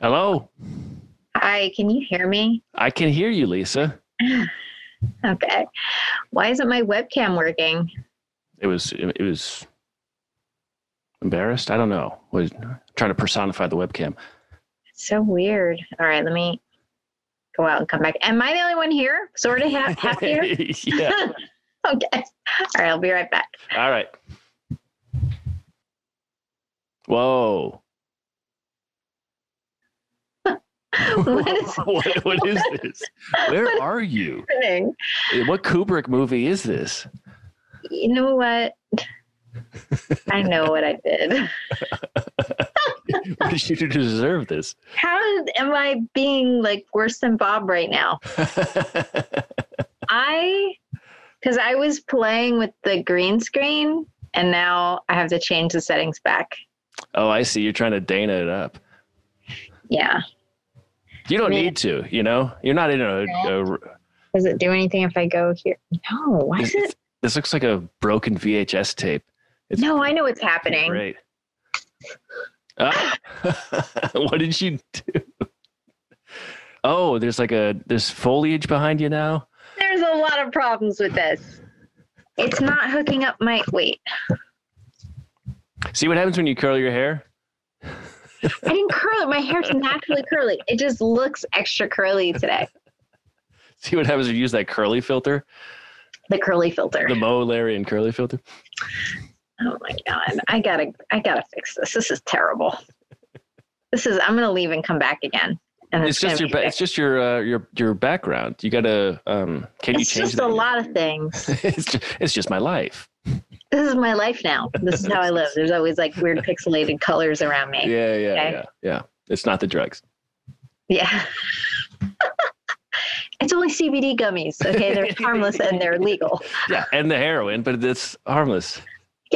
Hello. Hi, can you hear me? I can hear you, Lisa. Okay. Why isn't my webcam working? It was it was embarrassed. I don't know. Was trying to personify the webcam. So weird. All right, let me go out and come back. Am I the only one here? Sort of half, half here? yeah. okay. All right, I'll be right back. All right. Whoa. What is what, what is this? Where are you? happening? What Kubrick movie is this? You know what? I know what I did. What did you do to deserve this? How am I being like worse than Bob right now? I, because I was playing with the green screen and now I have to change the settings back. oh, I see. You're trying to Dana it up. Yeah. You don't Yeah. need to, you know? You're not in a. a Does it do anything if I go here? No. Why is it? this looks like a broken VHS tape. It's No, I know what's happening. Great. Ah. what did you do? Oh, there's like a there's foliage behind you now. There's a lot of problems with this. It's not hooking up my wait. See what happens when you curl your hair? I didn't curl it. My hair's naturally curly. It just looks extra curly today. See what happens when you use that curly filter, The curly filter. the Mo Larry and curly filter. Oh my god. I gotta I gotta fix this. This is terrible. This is I'm gonna leave and come back again. And It's just your gonna ba- be it's just your uh, your your background. You gotta um. Can It's you change just that? a lot of things. it's just, it's just my life. This is my life now. This is how I live. There's always like weird pixelated colors around me. Yeah, yeah, Okay. yeah, yeah. It's not the drugs. Yeah. it's only CBD gummies. Okay. They're harmless and they're legal. Yeah, and the heroin, but it's harmless.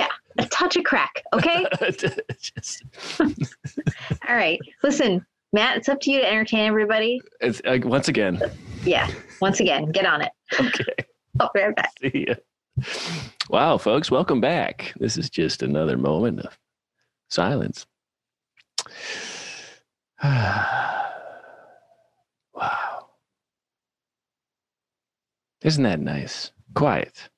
A touch of crack. Okay. Just- All right. Listen, Matt, it's up to you to entertain everybody. it's, uh, once again, Yeah. Once again, get on it. okay. I'll be right back. See ya. Wow, folks, welcome back. This is just another moment of silence. wow. Isn't that nice? Quiet.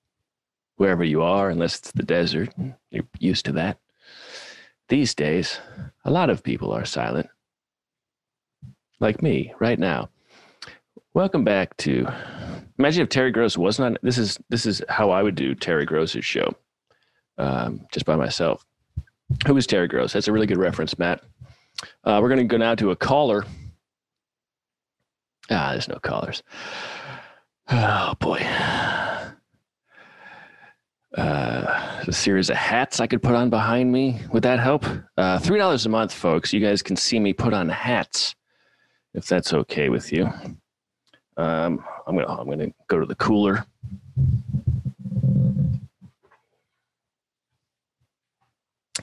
Wherever you are, unless it's the desert, you're used to that. These days, a lot of people are silent, like me right now. Welcome back to. Imagine if Terry Gross was not. This is this is how I would do Terry Gross's show, um, just by myself. Who is Terry Gross? That's a really good reference, Matt. Uh, we're going to go now to a caller. Ah, there's no callers. Oh boy. Uh, a series of hats I could put on behind me. Would that help? Uh, Three dollars a month, folks. You guys can see me put on hats, if that's okay with you. Um, I'm gonna I'm gonna go to the cooler.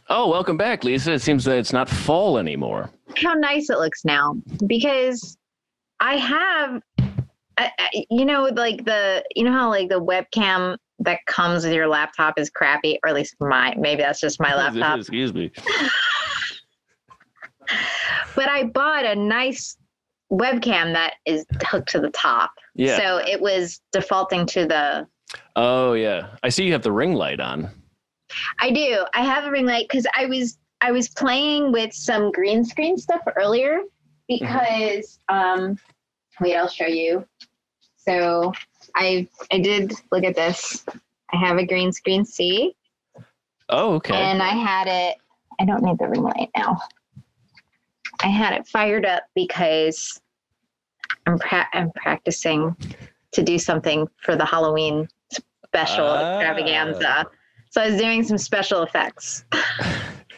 Oh, welcome back, Lisa. It seems that it's not fall anymore. Look how nice it looks now because I have, I, I, you know, like the, you know how like the webcam that comes with your laptop is crappy, or at least my, maybe that's just my laptop. Excuse me. But I bought a nice webcam that is hooked to the top. Yeah. So it was defaulting to the oh yeah. I see you have the ring light on. I do. I have a ring light because I was I was playing with some green screen stuff earlier because um wait, I'll show you. So I I did look at this. I have a green screen C Oh, okay. and I had it I don't need the ring light now. I had it fired up because I'm pra- I'm practicing to do something for the Halloween special Ah. extravaganza. So I was doing some special effects.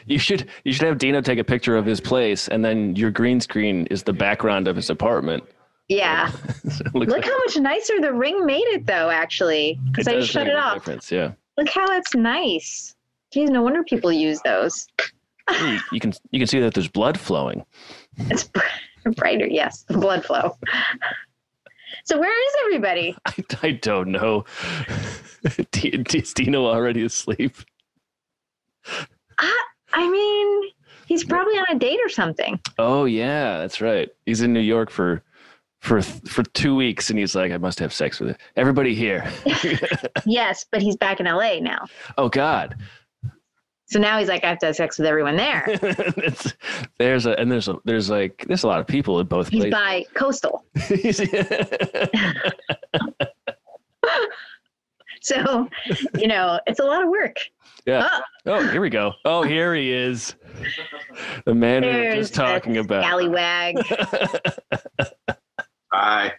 You should you should have Dino take a picture of his place, and then your green screen is the background of his apartment. Yeah. So it looks Look how much nicer the ring made it, though, actually. Because I does shut make it a off. Difference. Yeah. Look how it's nice. Geez, no wonder people use those. You, you can you can see that there's blood flowing. It's br- brighter. Yes, the blood flow. So, where is everybody? I, I don't know. D- D- Is Dino already asleep? I mean, He's probably on a date or something. Oh yeah, that's right. He's in New York for for for two weeks, and he's like, I must have sex with it. Everybody here. Yes, but he's back in LA now. oh God, So now he's like, I have to have sex with everyone there. It's- there's a and there's a there's like there's a lot of people in both He's places. by coastal. So, you know, it's a lot of work. oh, here we go. Oh, here he is. The man we were There's just talking that about. Scallywag. I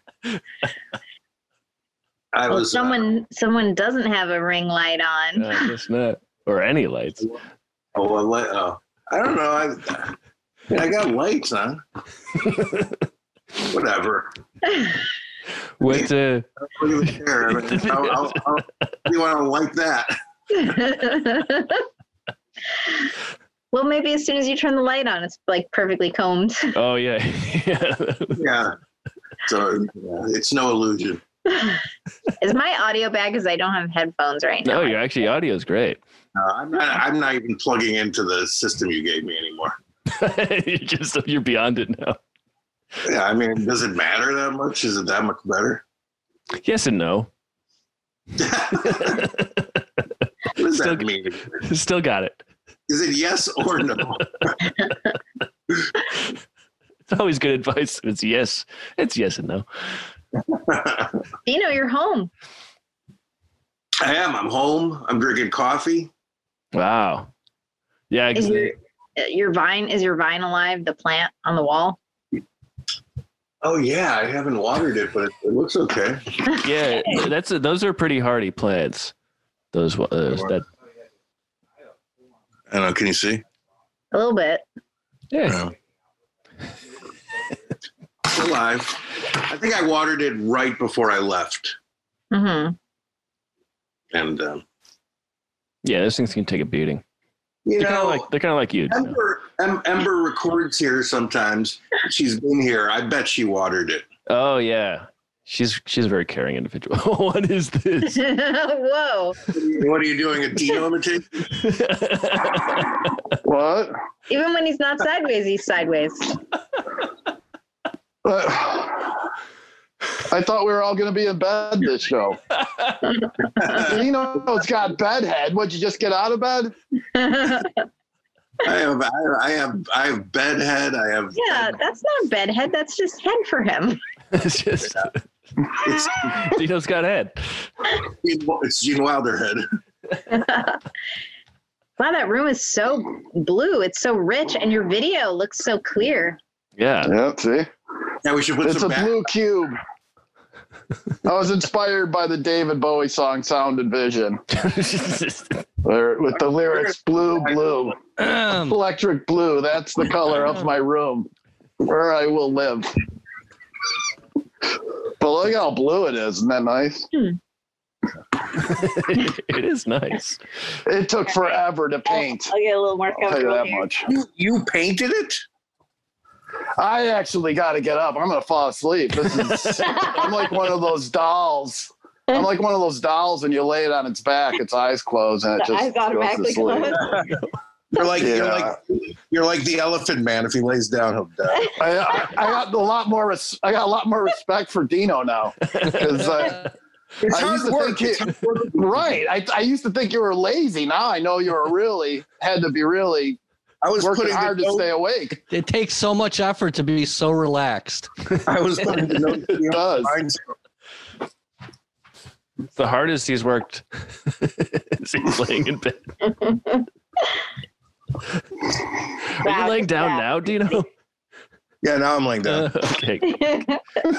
I Well, was uh, Oh, someone someone doesn't have a ring light on. No, I guess not. Or any lights. oh, I li- oh, I don't know. I I got lights on. Whatever. What uh, Look at the chair. I mean, I'll, I'll, I'll- you want to like that? well, maybe as soon as you turn the light on, it's like perfectly combed. oh yeah. yeah. Yeah. So yeah, it's no illusion. Is my audio bad? Because I don't have headphones right now. No, your actually audio's great. Uh, I'm not. I'm not even plugging into the system you gave me anymore. you're just you're beyond it now. Yeah. I mean, does it matter that much? Is it that much better? Yes and no. what does Still- that mean? Still got it. Is it yes or no? It's always good advice. It's yes. It's yes and no. Dino, you're home. I am. I'm home. I'm drinking coffee. Wow. Yeah. Is ex- your uh, your vine is your vine alive? The plant on the wall. Oh yeah, I haven't watered it, but it, it looks okay. Yeah. That's a, those are pretty hardy plants. Those wa- uh, that I don't know. Can you see? Um, A little bit. yeah. No. It's alive. I think I watered it right before I left, hmm and um, Yeah. Those things can take a beating. you They're kind know, of like they're kind of like you. you know. Ember em, Ember records here sometimes. She's been here. I bet she watered it. Oh yeah. She's she's a very caring individual. what is this? Whoa! What are you doing? A Dino imitation? What? Even when he's not sideways, he's sideways. I thought we were all going to be in bed this show. You know, it's got bedhead. Would you just get out of bed? yeah, I have, I have, I have bedhead. I have. that's not bedhead. That's just head for him. it's just It's, Dino's got head. Gene- it's Gene Wilder head. Wow, that room is so blue. It's so rich, and your video looks so clear. Yeah. Yeah, see? Yeah, we should put It's a some. back- blue cube. I was inspired by the David Bowie song Sound and Vision where- with the lyrics blue, blue, um, electric blue. That's the color of my room where I will live. But look how blue it is. Isn't that nice? it is nice. It took forever to paint. I'll get a little more I'll tell you comfortable that here. much. You you painted it? I actually got to get up. I'm gonna fall asleep. This is. I'm like one of those dolls. I'm like one of those dolls, and you lay it on its back, its eyes closed, and it The just eyes goes to automatically sleep. close. You're like you're Yeah. like you're like the elephant man. If he lays down, he'll die. I, I, I got a lot more. Res- I got a lot more respect for Dino now. 'Cause, uh, It's I used to think It's hard work. right. I, I used to think you were lazy. Now I know you were really had to be really I was working putting hard the to note, stay awake. It takes so much effort to be so relaxed. I was putting the note. It does. Mine's- It's the hardest he's worked since laying in bed. Are you laying down now, Dino? Yeah, now I'm like that. Uh, okay.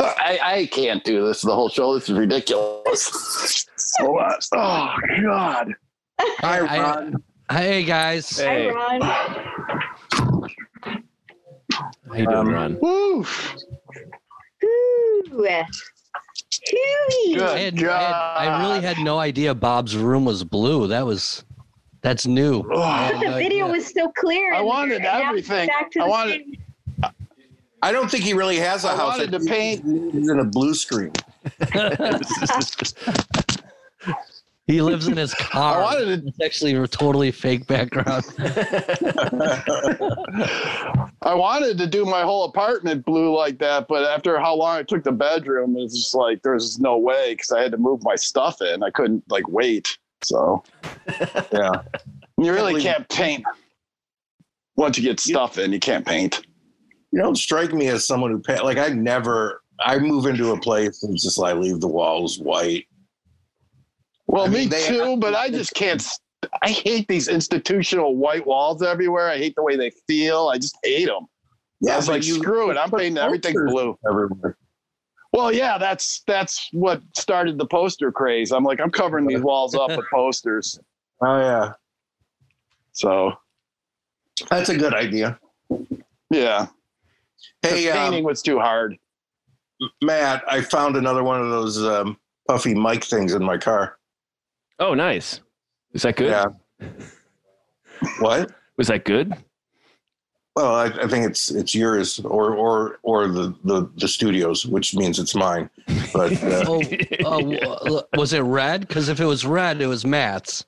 I, I can't do this the whole show. This is ridiculous. So, uh, oh God. Hi, I- Ron. Hey guys, Hi, Hey, Ron. how you doing, Um, Ron? Woo. Ooh. Ooh. Good. I, had, I, had- I really had no idea Bob's room was blue. That was that's new. Oh. The video was so clear. I in wanted there, and now it's everything. Back to I the wanted- same- I don't think he really has a I house. wanted I to think paint- he's in a blue screen. He lives in his car. I wanted to It's actually a totally fake background. I wanted to do my whole apartment blue like that, but after how long it took the bedroom, it's just like there's no way because I had to move my stuff in. I couldn't like wait. So yeah, you really can't paint. Once you get stuff in, you can't paint. You don't strike me as someone who pa- like I never. I move into a place and it's just like leave the walls white. Well, I mean, me they- too, but I just can't. s- I hate these institutional white walls everywhere. I hate the way they feel. I just hate them. I was but like, screw it. I'm painting everything posters blue. everywhere. Well, yeah, that's that's what started the poster craze. I'm like, I'm covering these walls up with posters. Oh yeah, So that's a good idea. yeah, Hey, The um, painting was too hard. Matt, I found another one of those um, puffy mic things in my car. Oh, nice. Is that good? Yeah. What? Was that good? Well, I, I think it's it's yours or or or the the, the studios, which means it's mine. But uh, Oh, uh, w- was it red? Because if it was red, it was Matt's.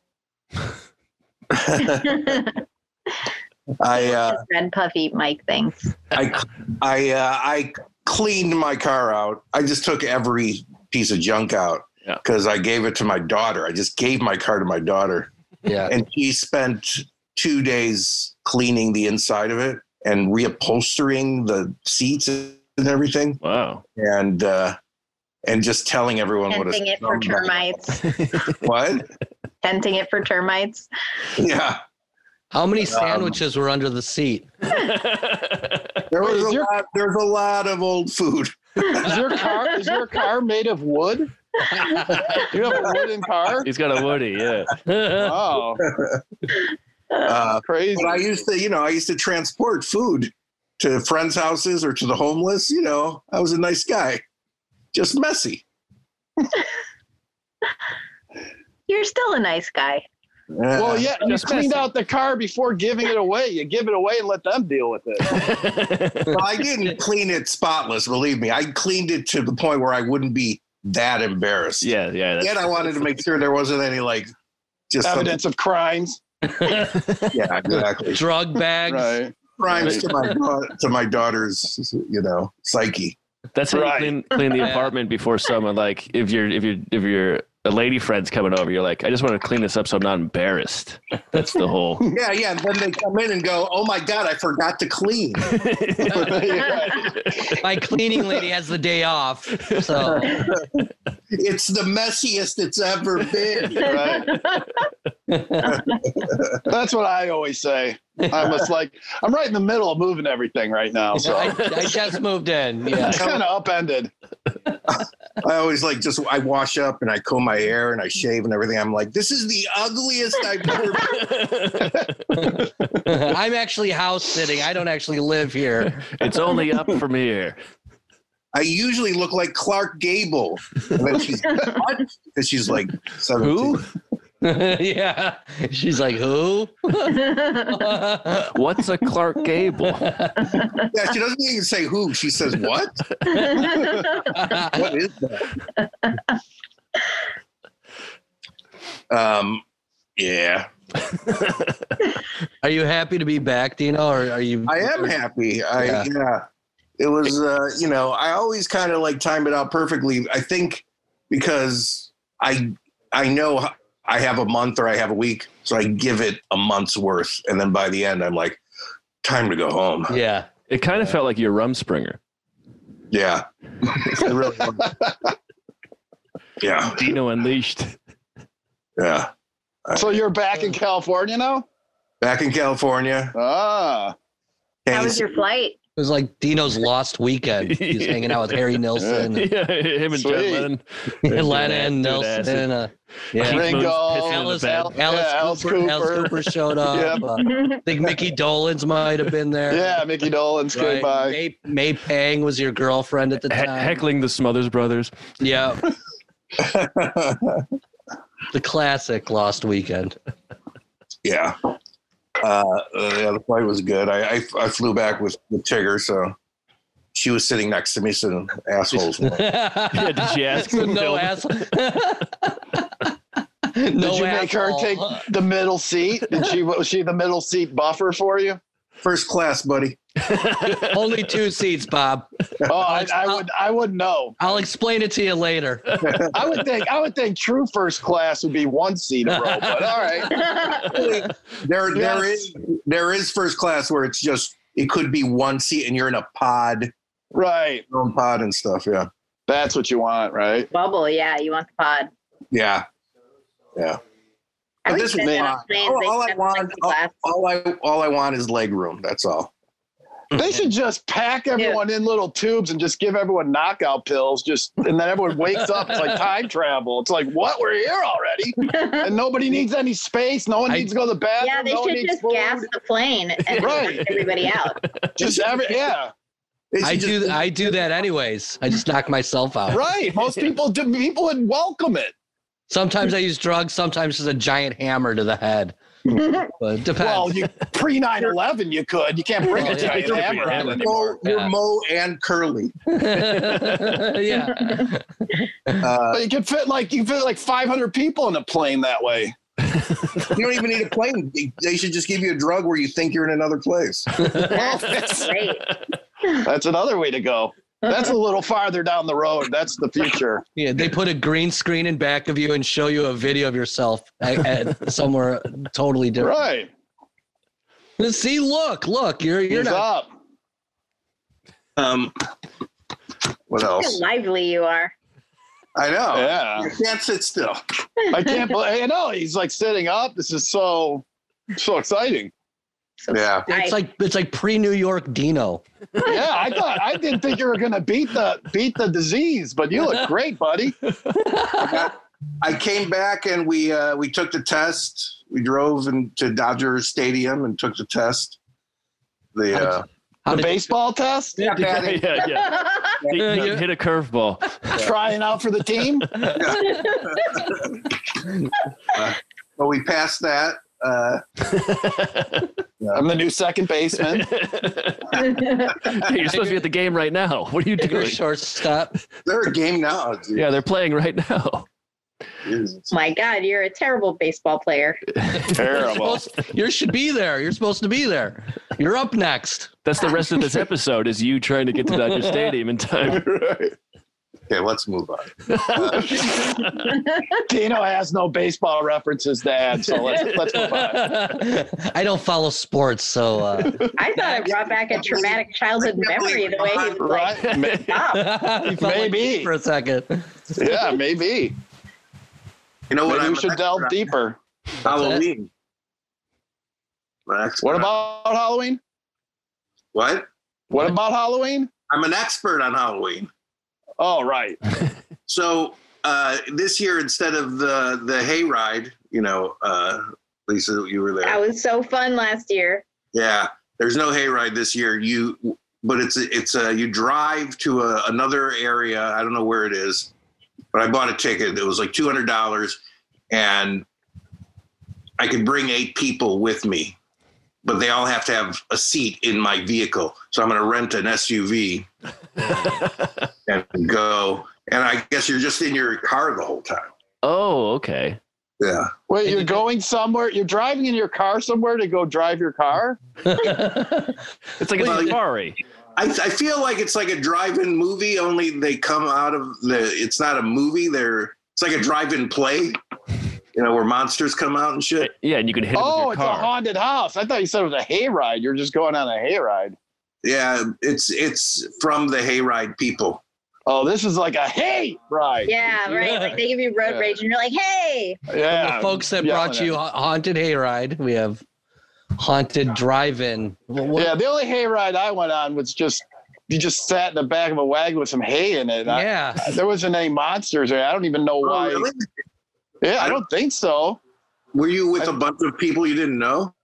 I uh, Just red puffy Mike things. I I uh, I cleaned my car out. I just took every piece of junk out Yeah. because I gave it to my daughter. I just gave my car to my daughter, Yeah. and she spent two days cleaning the inside of it and reupholstering the seats and everything, Wow. and uh, and just telling everyone what a Tenting it for scumbag- termites. What? Tenting it for termites. Yeah, How Um, many sandwiches were under the seat? there was Is a your- lot. There's a lot of old food. Is your car is your car made of wood? You have a wooden car? He's got a Woody, yeah. Wow, Uh, crazy! But I used to, you know, I used to transport food to friends' houses or to the homeless. You know, I was a nice guy, just messy. You're still a nice guy. Uh, Well, yeah, you Just cleaned messy. out the car before giving it away. You give it away and let them deal with it. Well, I didn't clean it spotless. Believe me, I cleaned it to the point where I wouldn't be that embarrassed. yeah, yeah. that's- and I wanted to make sure there wasn't any like just something- Evidence of crimes. Yeah, exactly. Drug bags. Right. Crimes to my da- to my daughter's, you know, psyche. That's how Right. you clean, clean the Yeah. apartment before someone like if you're if you're if you're a lady friend's coming over, you're like, I just want to clean this up so I'm not embarrassed. That's the whole Hmm. Yeah, yeah. And then they come in and go, "Oh my God, I forgot to clean." Right. My cleaning lady has the day off. So It's the messiest it's ever been. Right. That's what I always say. I'm just like I'm right in the middle of moving everything right now. So I, I just moved in. Yeah. it's kind of upended. I always like just I wash up and I comb my hair and I shave and everything. I'm like, this is the ugliest I've ever been. I'm actually house sitting. I don't actually live here. it's only up from here. I usually look like Clark Gable. And then she's what? And she's like 17. Who? yeah. She's like, who? What's a Clark Gable? Yeah, she doesn't even say who. She says what? What is that? um yeah. Are you happy to be back, Dino? Or are you? I am happy. I Yeah. yeah. It was uh, you know, I always kind of like time it out perfectly. I think because I I know h- I have a month or I have a week, so I give it a month's worth and then by the end I'm like time to go home. Yeah. It kind of felt like you're Rumspringer. Yeah. It really was. yeah. Dino Unleashed. Yeah. So you're back in California now? Back in California. Ah. How was your flight? It was like Dino's lost weekend. He's hanging out with Harry Nilsson, and Yeah, him and John Sweet. Lennon. Lennon, Dude, acid. Nilsson. Uh, yeah. Keith Moon's pissing in the Alice, bed. Al- Alice, Yeah, Alice Cooper, Alice Cooper. Cooper showed up. Yep. Uh, I think Mickey Dolenz might have been there. Yeah, Mickey Dolan's came Right. by. May, May Pang was your girlfriend at the He- time. heckling the Smothers Brothers. Yeah, the classic Lost Weekend. yeah. Uh, yeah, the flight was good. I, I, I flew back with, with Tigger, so she was sitting next to me, so assholes. yeah, did she ask him to no film? ass. no Did you make her asshole. take the middle seat? Did she was she the middle seat buffer for you? First class, buddy. Only two seats, Bob. Oh, I, I would I would know. I'll explain it to you later. I would think I would think true first class would be one seat a row, but all right. There, there Yes. is there is first class where it's just it could be one seat and you're in a pod, Right. your own pod and stuff. Yeah, That's what you want, right? Bubble, yeah, you want the pod. yeah. I But would this say was that mine. on planes, All- they all I have, want- like, the glass. All I all I want is leg room. That's all. They should just pack everyone in little tubes and just give everyone knockout pills, just and then everyone wakes up. It's like time travel. It's like what we're here already, and nobody needs any space. No one I- needs to go to the bathroom. yeah, they no one should needs just food. gas the plane and Right. knock everybody out. Just every yeah, They should I just- do I do that anyways. I just knock myself out. right. Most people do, people would welcome it. Sometimes I use drugs, sometimes it's a giant hammer to the head. But it depends. Well, you pre 9-11, you could. You can't bring a Well, Oh, yeah, giant you can't hammer bring a on hammer. it. Mo, you're Yeah. Mo and Curly. yeah. Uh, But you could fit like you fit like five hundred people in a plane that way. you don't even need a plane. They- They should just give you a drug where you think you're in another place. Well, That's that's, great. that's another way to go. That's a little farther down the road. That's the future. Yeah, they put a green screen in back of you and show you a video of yourself at, at somewhere totally different. Right. See, look, look, you're you're He's not. up. Um, what Look how else? lively you are. I Oh. know. Yeah. You can't sit still. I can't believe I know he's like sitting up. This is so so exciting. Yeah. It's like it's like pre New York Dino. Yeah, I thought I didn't think you were gonna beat the beat the disease, but you look great, buddy. I came back and we uh, we took the test. We drove into Dodger Stadium and took the test. The uh, How The did, baseball test, yeah, batting- yeah, yeah. He- he hit a curveball. trying out for the team. but we passed that. Uh, I'm the new second baseman. Hey, you're supposed to be at the game right now. What are you you're a doing? shortstop. they're a game now. dude. Yeah, they're playing right now. Jesus. My God, you're a terrible baseball player. Terrible. You should be there. You're supposed to be there. You're up next. That's the rest of this episode is you trying to get to Dodger Stadium in time. Okay, let's move on. Dino has no baseball references to add, so let's let's move on. I don't follow sports, so uh, I thought it brought back a traumatic childhood memory the way he was like, Right? Ma- stop. he felt like Maybe. for a second. Yeah, maybe. You know what? Maybe I'm we should an delve expert deeper. on Halloween. I'm an expert What on- about Halloween? what? What about Halloween? I'm an expert on Halloween. Oh, right. So uh, this year, instead of the the hayride, you know, uh, Lisa, you were there. That was so fun last year. Yeah, there's no hayride this year. You, but it's it's uh, you drive to a, another area. I don't know where it is, but I bought a ticket. It was like two hundred dollars, and I could bring eight people with me, but they all have to have a seat in my vehicle. So I'm going to rent an SUV and go. And I guess you're just in your car the whole time. oh, okay. Yeah. Wait, you're going somewhere? You're driving in your car somewhere to go drive your car? It's like a Well, you- safari. I, I feel like it's like a drive-in movie. Only they come out of the. It's not a movie. They're it's like a drive-in play. You know where monsters come out and shit. Yeah, and you can hit it Oh, with it's your a car. haunted house. I thought you said it was a hayride. You're just going on a hayride. Yeah, it's it's from the Hayride people. Oh, this is like a hay ride. Yeah, right. Like they give you road Yeah. rage and you're like, hey, Yeah. the folks that yelling brought at you me. ha- haunted hayride. We have haunted drive-in. Well, what- Yeah, the only hayride I went on was just you just sat in the back of a wagon with some hay in it. and I- yeah. there wasn't any monsters there. I don't even know why. Oh, really? Yeah, I don't think so. Were you with a bunch of people you didn't know?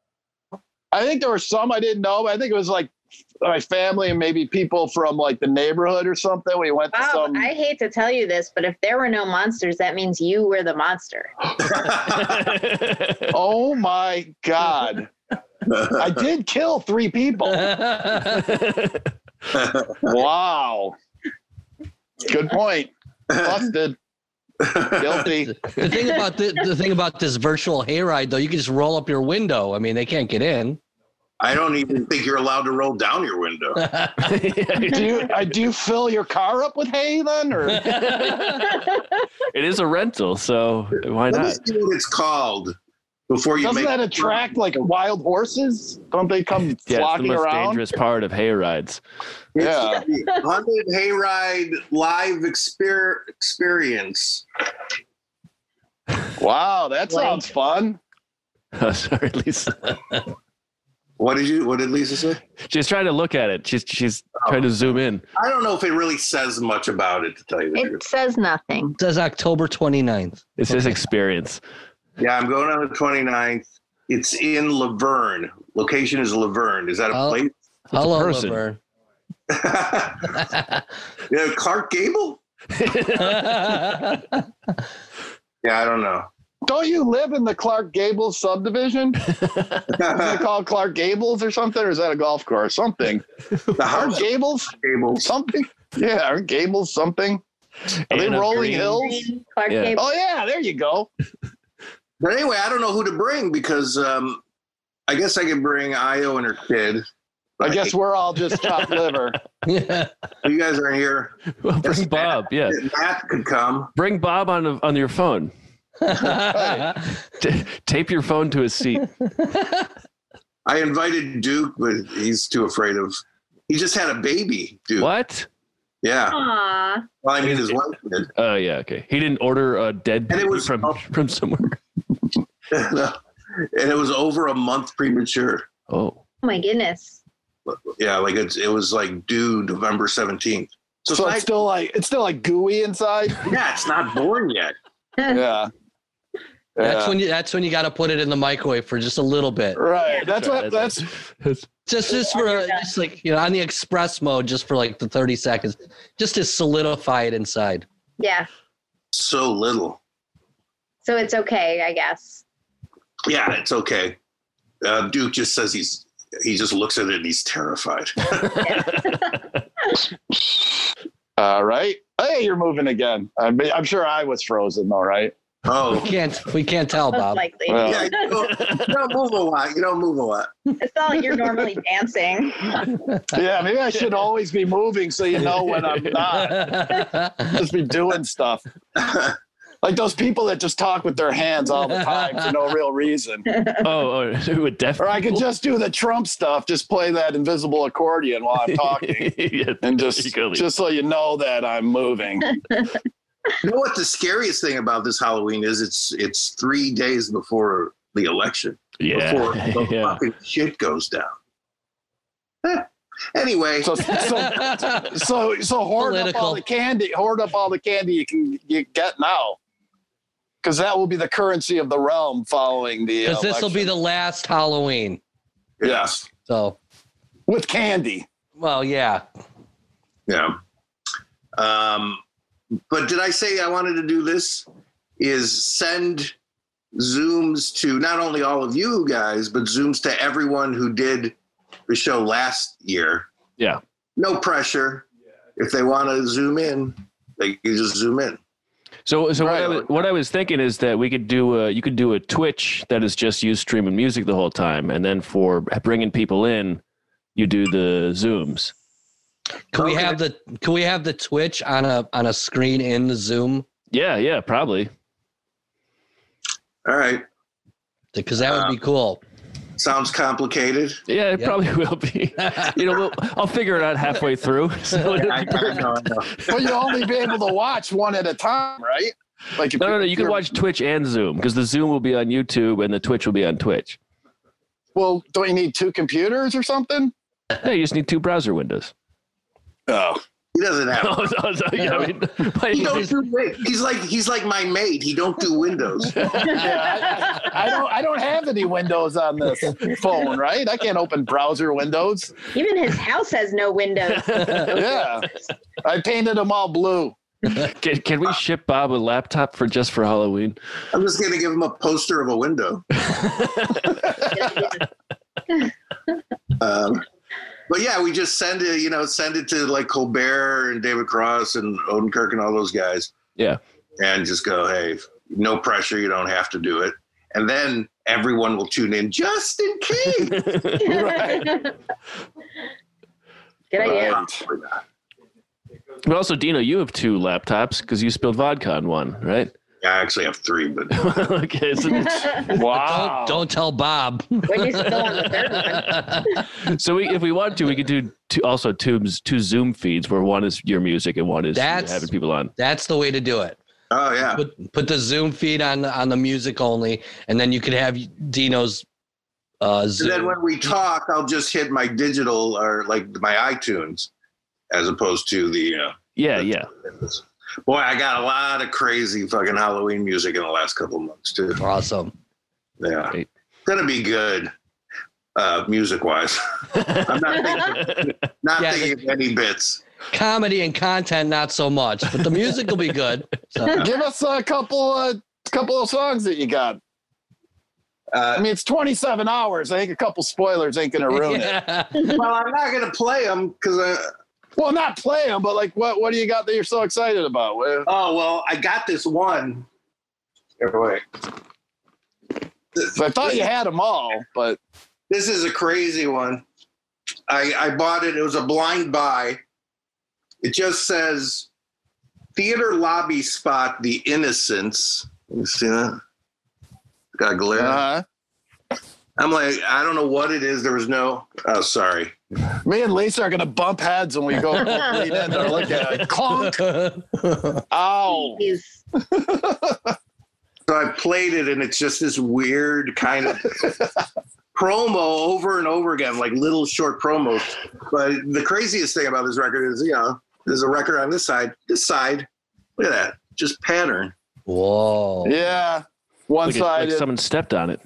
I think there were some I didn't know. But I think it was like my family and maybe people from like the neighborhood or something. We went to Bob, some. I hate to tell you this, but if there were no monsters, that means you were the monster. oh my god! I did kill three people. wow. Good point. Busted. Guilty. The thing about the, the thing about this virtual hayride though, you can just roll up your window. I mean, they can't get in. I don't even think you're allowed to roll down your window. do you I do you fill your car up with hay then, or it is a rental, so why Let me not? see what it's called before you doesn't make that attract like wild horses? Don't they come Yeah, it's the flocking most around? dangerous part of hay rides. Yeah. Haunted Hayride Live exper- Experience. Wow, that Like- sounds fun. Oh, sorry, Lisa. What did you? What did Lisa say? She's trying to look at it. She's she's trying to zoom in. I don't know if it really says much about it, to tell you the It truth. says nothing. It says October 29th. It's his experience. Yeah, I'm going on the 29th. It's in Laverne. Location is Laverne. Is that a Oh. place? Hello, person. Laverne. yeah, Clark Gable. Yeah, I don't know. Don't you live in the Clark Gables subdivision? Is it called Clark Gables or something? Or is that a golf course? Something. the Aren't Howard Gables Gables. something? Yeah, aren't Gables something? Are they Anna rolling Green. hills? Clark Yeah. Gable. Oh yeah, there you go. But anyway, I don't know who to bring because um, I guess I could bring Io and her kid. I guess we're all just chopped liver. yeah. you guys aren't here. Well, bring Bob. Yeah, Matt could come. bring Bob on the- on your phone. T- tape your phone to his seat. I invited Duke, but he's too afraid of. He just had a baby, Duke. What? Yeah. Aw. Well, I mean, his wife did. Oh yeah, okay. He didn't order a dead And it baby was- from from somewhere. and it was over a month premature. Oh, Oh my goodness. Yeah, like it's, it was like due November 17th. So, So it's it's not, still like it's still like gooey inside. yeah, it's not born yet. Yeah. That's Yeah. when you that's when you gotta put it in the microwave for just a little bit. Right. That's what that's that's Just just for uh, just like you know, on the express mode, just for like the 30 seconds, just to solidify it inside. Yeah. So little. So it's okay, I guess. Yeah, it's okay. Uh, Duke just says he's he just looks at it and he's terrified. all right. Hey, you're moving again. I mean, I'm sure I was frozen though, right? We Oh, can't we can't tell, Most Bob. likely. Well. yeah, you don't, you don't move a lot. You don't move a lot. It's not like you're normally dancing. Yeah, maybe I should always be moving so you know when I'm not. Just be doing stuff. Like those people that just talk with their hands all the time for no real reason. oh, oh with deaf. Or I could people? just do the Trump stuff, just play that invisible accordion while I'm talking. yeah, And there you just go, Lee. just so you know that I'm moving. you know what the scariest thing about this Halloween is? It's it's three days before the election. Before yeah, the yeah. fucking shit goes down. Eh. Anyway, So so so so hoard up all Political. the candy hoard up all the candy you can you get now because that will be the currency of the realm following the Because this will be the election. last Halloween. yes, So with candy well, yeah. yeah. Um, but did I say I wanted to do this? Is send zooms to not only all of you guys, but zooms to everyone who did the show last year. Yeah. No pressure. If they want to zoom in, they can just zoom in. So, so what, I Right. was, what I was thinking is that we could do a, you could do a Twitch that is just you streaming music the whole time, and then for bringing people in, you do the zooms. Can we Okay. have the can we have the Twitch on a on a screen in the Zoom? Yeah, yeah, probably. All right. Because that would be cool. Sounds complicated. Yeah, it Yeah. probably will be. You know, we'll, I'll figure it out halfway through. So it'll I- be I perfect. know, I know. but you'll only be able to watch one at a time right like if No, no, no. if You can you're- watch Twitch and Zoom because the Zoom will be on YouTube and the Twitch will be on Twitch. well don't you need two computers or something Yeah, you just need two browser windows. oh He doesn't have. Oh, so- so, yeah, I mean, like- He don't do wi- he's like he's like my mate. He don't do windows. yeah, I, I don't i don't have any windows on this phone right i can't open browser windows Even his house has no windows. yeah i painted them all blue can, can we ship Bob a laptop for just for Halloween? I'm just gonna give him a poster of a window. Um, but yeah, we just send it. You know, send it to like Colbert and David Cross and Odenkirk and all those guys. Yeah. and just go, hey, no pressure, you don't have to do it. And then everyone will tune in just in case. Right. Good idea. Uh, Right. But also, Dino, you have two laptops because you spilled vodka on one, right? I actually have three, but okay, so, Wow. Don't, don't tell Bob. When you spill on the third one. so we, if we want to, we could do two, also two two Zoom feeds where one is your music and one is That's- having people on. That's the way to do it. oh yeah, Put put the Zoom feed on on the music only, and then you could have Dino's uh, And then Zoom. when we talk, I'll just hit my digital or like my iTunes, as opposed to the. Uh, Yeah, yeah. boy, I got a lot of crazy fucking Halloween music in the last couple of months too. awesome. Yeah, Great. gonna be good, uh, music wise. I'm not thinking, not Yeah, thinking of any bits. Comedy and content, not so much, but the music will be good. So, Give us a couple uh, couple of songs that you got. I Uh, mean, it's 27 hours. I think a couple spoilers ain't gonna ruin it. yeah. well, I'm not gonna play them because I. Well, not play them, but like, what what do you got that you're so excited about? What- Oh well, I got this one. Here, wait. This, I thought you had them all, but this is a crazy one. I I bought it. It was a blind buy. It just says theater lobby spot the innocents. You see that? Got a glare. uh, I'm like, I don't know what it is. There was no. Oh, sorry. uh, me and Lisa are gonna bump heads when we go complete in there. Look at it. clunk. Ow. He's- So I played it, and it's just this weird kind of promo over and over again, like little short promos. But the craziest thing about this record is, you know, there's a record on this side, this side. Look at that, just pattern. Whoa. Yeah. One Like, it- like sided. someone stepped on it.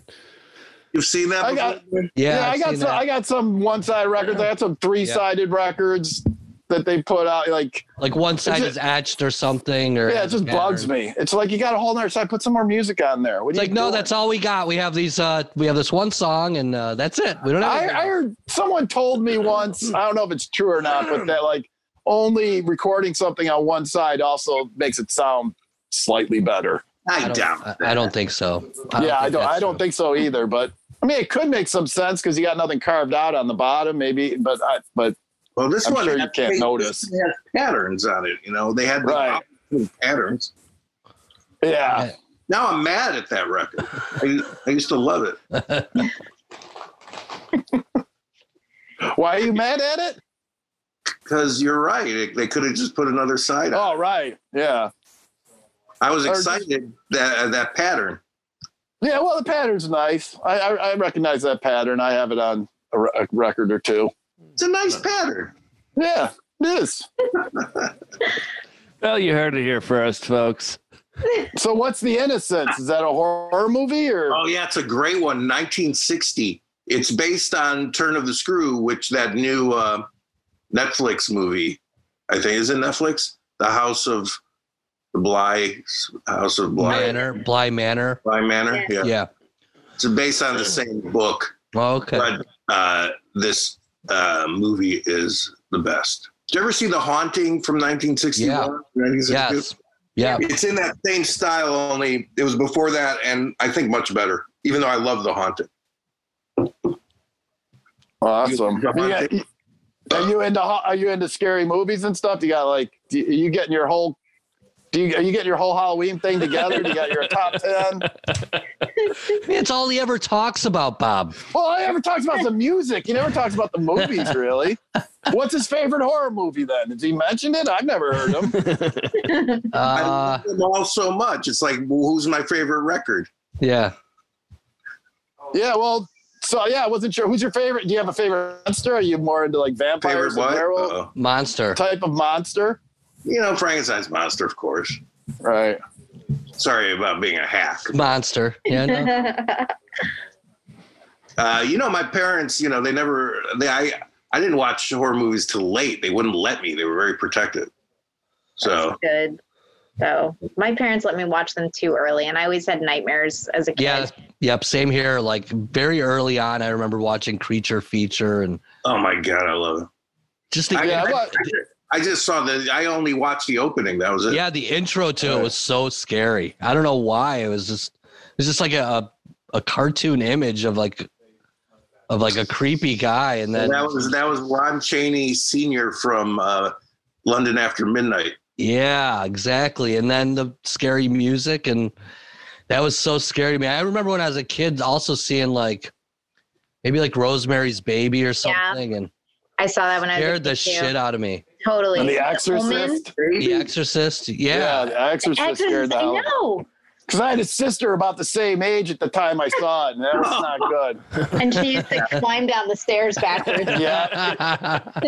You've seen that I before. got Yeah, yeah, I I've got seen some that. I got some one sided records. I got some three sided records that they put out. Like like one side It's is etched or something, or yeah, it just bugs me. It's like you got a whole nother side. Put some more music on there. What It's do like you no, doing? that's all we got. We have these. uh We have this one song, and uh that's it. We don't have. I, anything I else. heard someone told me once. I don't know if it's true or not, but that like only recording something on one side also makes it sound slightly better. I, I don't, doubt. I- I don't think so. yeah, I don't. that's I don't true. think so either. But I mean, it could make some sense because you got nothing carved out on the bottom, maybe. But I, but Well, this I'm one sure you had- can't they- notice. They had patterns on it. You know, they had the Right. opposite patterns. yeah, Now I'm mad at that record. I, I used to love it. why are you mad at it? Because you're right. It, they could have just put another side on. Oh, right. Yeah, I was Oh, or just- excited that uh, that pattern. yeah. Well, the pattern's nice. I I, I recognize that pattern. I have it on a, re- a record or two. It's a nice pattern. Yeah, it is. Well, you heard it here first, folks. So what's the innocence? Is that a horror movie or Oh yeah, it's a great one. 1960. It's based on Turn of the Screw, which that new uh, Netflix movie, I think, is it Netflix? The House of the Bly, House of Bly, Manor, Bly Manor. Bly Manor. Yeah. Yeah. it's based on the same book, Oh, okay. but uh, this uh, movie is the best. Did you ever see The Haunting from 1961? Yeah. 1962? Yes. Yeah. It's in that same style, only it was before that, and I think much better. Even though I love The Haunted. awesome? You- You got- are you into ho- are you into scary movies and stuff? You got like do you, are you getting your whole do you, are you getting your whole Halloween thing together? Do you got your top ten? It's all he ever talks about, Bob. Well, I never talks about the music. He never talks about the movies really. What's his favorite horror movie then? Has he mentioned it? I've never heard him. I Uh, love them all so much. It's like, well, who's my favorite record? yeah. Yeah, well, so yeah, I wasn't sure. Who's your favorite? Do you have a favorite monster? Are you more into like vampires Favorite and what? werewolf Uh-oh. Monster. type of monster? You know, Frankenstein's monster, of course. Right. Sorry about being a hack. Monster. Yeah. No. Uh, you know, my parents. You know, they never. They I I didn't watch horror movies till late. They wouldn't let me. They were very protective. So good. So my parents let me watch them too early, and I always had nightmares as a kid. Yeah. Yep. Same here. Like very early on, I remember watching Creature Feature and oh my god, I love it. just the I- Yeah, I, wa- I just saw the. I only watched the opening. That was it. Yeah, the intro to it was so scary. I don't know why. It was just it was just like a a cartoon image of like of like a creepy guy and And then that was that was Ron Cheney Senior from uh, London After Midnight. Yeah, exactly. And then the scary music and that was so scary to me. I remember when I was a kid also seeing like maybe like Rosemary's Baby or something and I saw that when I was a scared the kid, too. shit out of me. Totally. And The Omen. Exorcist. The Exorcist. Yeah. The Exorcist, scared Exorcist, the I hell. know. Because I had a sister about the same age at the time I saw it, and that was not good. And she used to climb down the stairs backwards. Yeah.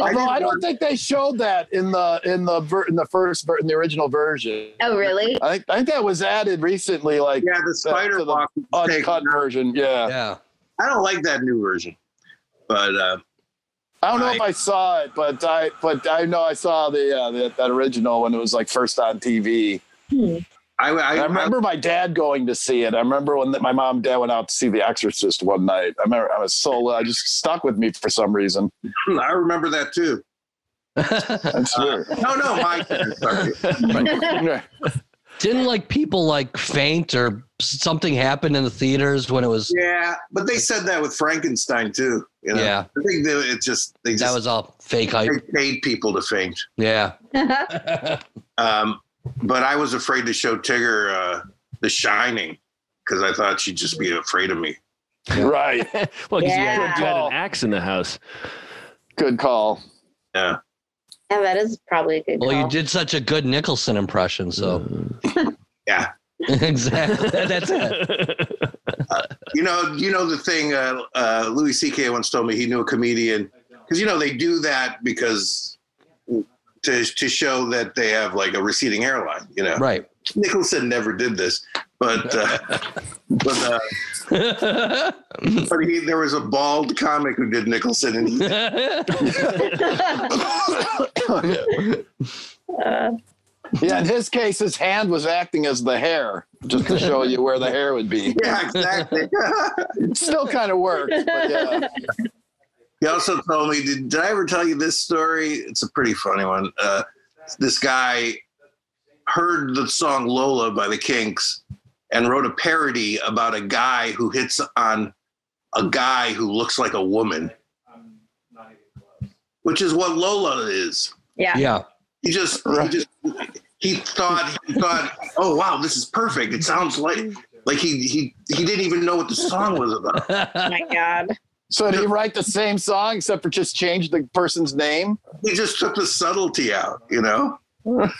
Although I don't think they showed that in the in the ver- in the first ver- in the original version. Oh, really? I think I think that was added recently, like Yeah, the Spider to the Walk. was taken uncut version. Yeah. yeah. I don't like that new version, but uh, I don't know if I- I saw it, but I but I know I saw the, uh, the that original when it was like first on TV. Hmm. I, I, I remember my dad going to see it. I remember when my mom and dad went out to see The Exorcist one night. I remember I was so I just stuck with me for some reason. I remember that too. That's weird. No, no, my sorry. Didn't like people like faint or something happened in the theaters when it was Yeah, but they said that with Frankenstein too. You know? Yeah. I think that it just they that just was all fake hype. they paid people to faint. Yeah. Um, but I was afraid to show Tigger uh, The Shining because I thought she'd just be afraid of me. right. well, 'cause you, Yeah. had, you had Call. an axe in the house. Good call. Yeah, yeah, that is probably a good Well, you call. did such a good Nicholson impression, so yeah. exactly. That's it. You know, you know the thing. Uh, uh, Louis C.K. once told me he knew a comedian because you know they do that because to to show that they have like a receding hairline. You know, Right. Nicholson never did this, but uh, but. Uh, But he, there was a bald comic who did Nicholson, and he, Uh, Yeah, in his case, his hand was acting as the hair, just to show you where the hair would be. yeah, exactly. It still kind of worked, but uh, yeah. he also told me, did, did I ever tell you this story? It's a pretty funny one. Uh, this guy heard the song Lola by the Kinks and wrote a parody about a guy who hits on a guy who looks like a woman, which is what Lola is. yeah. yeah. He just, Right. he just, he thought, he thought, oh wow, this is perfect. It sounds like, like he he he didn't even know what the song was about. Oh my God. So did he write the same song except for just change the person's name? He just took the subtlety out, you know. Uh,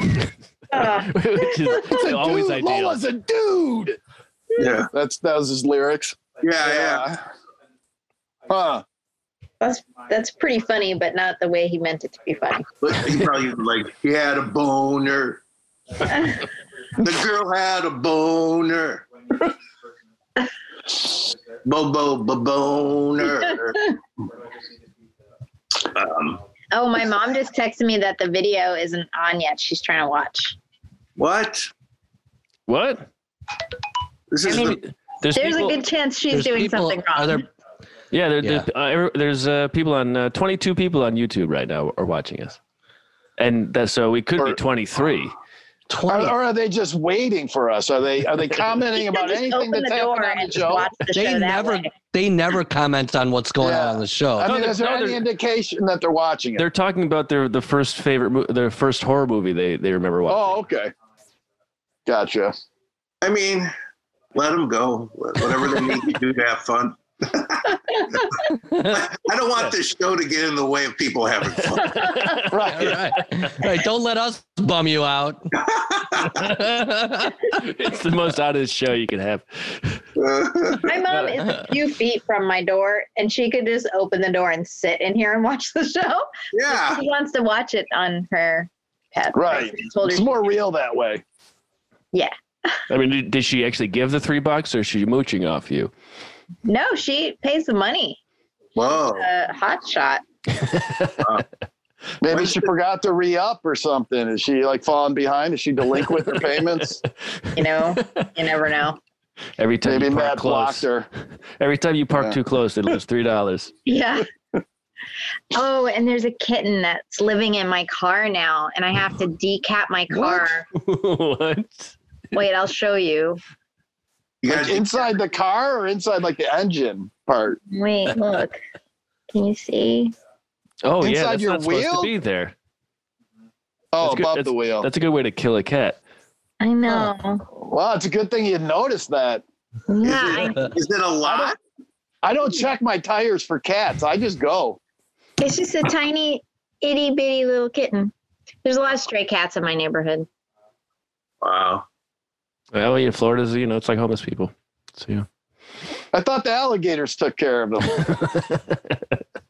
Which It's is a always dude. ideal. Lola's a dude. Yeah, That's that was his lyrics. yeah, yeah. Huh. that's that's pretty funny, but not the way he meant it to be funny. But he probably like he had a boner. the girl had a boner. Bobo bo boner. Um, Oh, my mom just texted me that the video isn't on yet. She's trying to watch. what? What? This is I the, mean, There's a good chance she's there's doing people- something wrong. Are there, Yeah, there, There's, uh, every- there's uh, people on uh, 22 people on YouTube right now are watching us, and that, so we could be Or- uh, 23. Or, or are they just waiting for us? Are they are they commenting about Just anything open that's the door happening on and the just show? watch the they show that never way. they never comment on what's going Yeah. on on the show. I mean, No, is there no, any they're- indication that they're watching it? They're talking about their the first favorite, mo- their first horror movie they they remember watching. Oh, okay. Gotcha. I mean, let them go. Whatever they need to do to have fun. I don't want this show to get in the way of people having fun. All Right. right. All right, don't let us bum you out. it's the most honest show you can have. My mom is a few feet from my door, and she could just open the door and sit in here and watch the show. yeah. She wants to watch it on her pad. Right. I told her It's more real that way. I mean, did- did she actually give the three bucks, or is she mooching off you? No, she pays the money. Whoa. Uh, hot shot. Maybe she forgot to re up or something. Is she like falling behind? Is she delinquent with her payments? You know, you never know. Every time Maybe you park Matt blocked close, her. every time you park Yeah. too close, they lose three dollars. Yeah. Oh, and there's a kitten that's living in my car now, and I have to decap my car. what? Wait, I'll show you. You Like gotta inside the car or inside like the engine part? Wait, look. Can you see? Oh yeah, Inside that's your not supposed to wheel? be there. Oh, That's good. above That's- the wheel. That's a good way to kill a cat. I know. Wow, it's a good thing you noticed that. Yeah, I, is it a I lot? don't, I don't check my tires for cats. I just go. it's just a tiny, itty bitty little kitten. There's a lot of stray cats in my neighborhood. Wow. Well, in Oh, Florida's, you know, it's like homeless people. So yeah. I thought the alligators took care of them.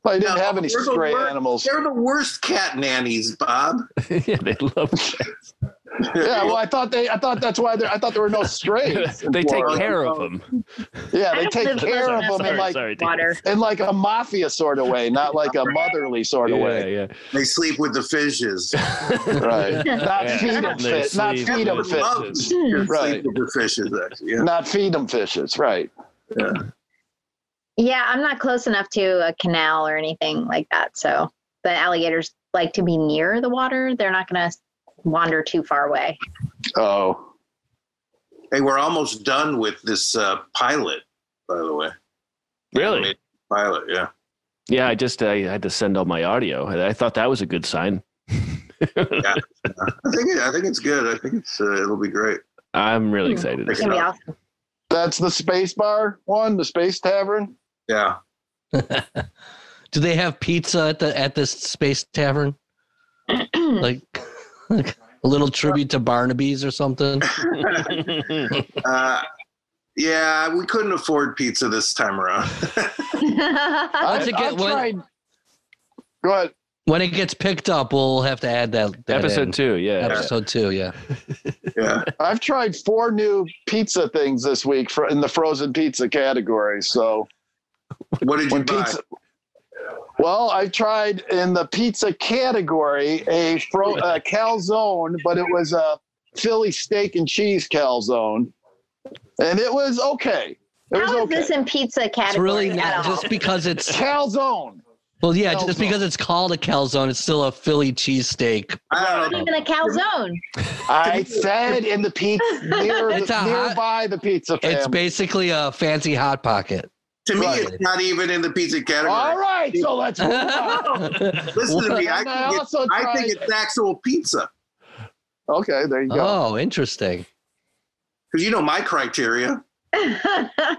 I didn't No, have any we're the stray wor- animals. They're the worst cat nannies, Bob. yeah, they love. cats. Yeah, well, I thought they. I thought that's why. there- I thought there were no strays. in they take Florida. care of them. Yeah, I they don't take live close care of sorry, enough them to in like sorry, Dan. water. in like a mafia sort of way, not like a motherly sort of Yeah, way. yeah. They sleep with the fishes. Right. Not Yeah. feed them And they fit. Not sleep feed them with- fit. Loves Hmm. to Right. Sleep with the fishes, actually. Yeah. Not feed them fishes. Right. Yeah, I'm not close enough to a canal or anything like that. So the alligators like to be near the water. They're not going to wander too far away. Oh. Hey, we're almost done with this uh, pilot, by the way. Really? Pilot, yeah. Yeah, I just I had to send all my audio. I thought that was a good sign. I think it, I think it's good. I think it's uh, it'll be great. I'm Hmm. really excited. It's going to be awesome. That's the space bar one, the space tavern. Yeah. Do they have pizza at the at this space tavern? Hmm. like, like a little tribute to Barnaby's or something? Uh, yeah, we couldn't afford pizza this time around. Once it get- when- tried- Go ahead. When it gets picked up, we'll have to add that, that Episode in. two, yeah. Episode two, yeah. Yeah. I've tried four new pizza things this week for, in the frozen pizza category. So What did you when buy? pizza. Well, I tried in the pizza category a, fro- a calzone, but it was a Philly steak and cheese calzone, and it was okay. It was How is okay. this in pizza category? It's really at not all? just because it's calzone. well, yeah, just Calzone. because it's called a calzone, it's still a Philly cheesesteak. I don't Not know. even a calzone. I said in the pizza near, It's a hot- nearby the pizza It's fam. basically a fancy hot pocket. To me, Right. it's not even in the pizza category. All right, so let's move on. Listen to What? me. I, And I think it's, also I think tried- it's actual pizza Okay, there you go. Oh, interesting. because you know my criteria. Oh.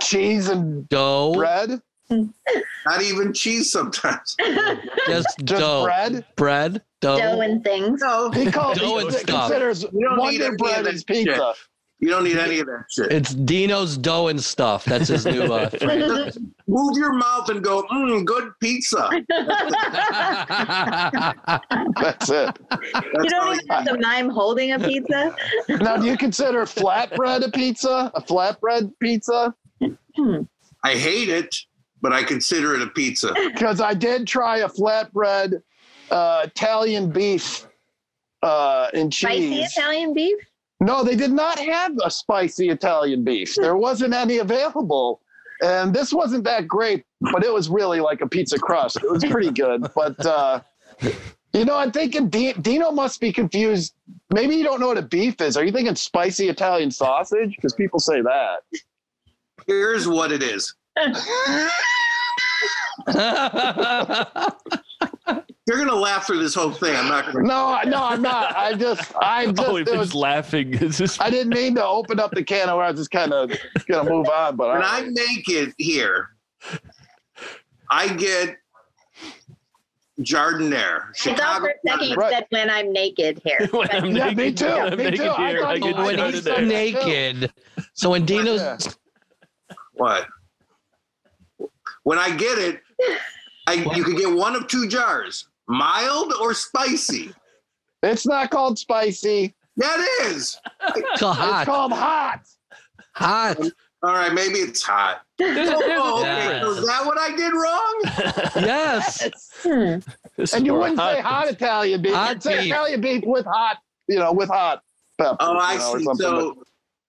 Cheese and Dough, bread, Not even cheese sometimes. just just dough, bread. bread, dough. Dough and things. No, He calls Dough he and stuff. considers You don't need any Wonder of Bread that is pizza. shit. you don't need any of that shit. It's Dino's dough and stuff. That's his new. Uh, Just Move your mouth and go, mm, good pizza. That's it. That's you all don't even have to mime holding a pizza. Now, do you consider flatbread a pizza? A flatbread pizza? I hate it, but I consider it a pizza. Because I did try a flatbread uh, Italian beef uh, and Spicy cheese. Italian beef. No, they did not have a spicy Italian beef. There wasn't any available. And this wasn't that great, but it was really like a pizza crust. It was pretty good. But, uh, you know, I'm thinking D- Dino must be confused. Maybe you don't know what a beef is. Are you thinking spicy Italian sausage? Because people say that. Here's what it is. You're gonna laugh through this whole thing. I'm not gonna. No, I- no, I'm not. I just, I just, oh, it if he's was- laughing, is this I didn't mean to open up the can of worms. I was just kind of going to move on. But When I, I make it here, I get jardiniere. I thought for Chicago a second you jardiniere. said when I'm naked here. when I'm Yeah, naked, me too, when I'm me naked too. I here, thought I you get were when jardiniere. he's naked. So when Dino's Yeah. What? When I get it, I, you can get one of two jars, mild or spicy. it's not called spicy. That is. so It's hot, called hot. hot. All right, maybe it's hot. There's a- there's a Oh, okay. difference. So Is that what I did wrong? Yes. Hmm. This is And you more wouldn't say hot Italian beef. Hot You'd say beef. Italian beef with hot, you know, with hot pepper. Oh, I you know, or see. something. So,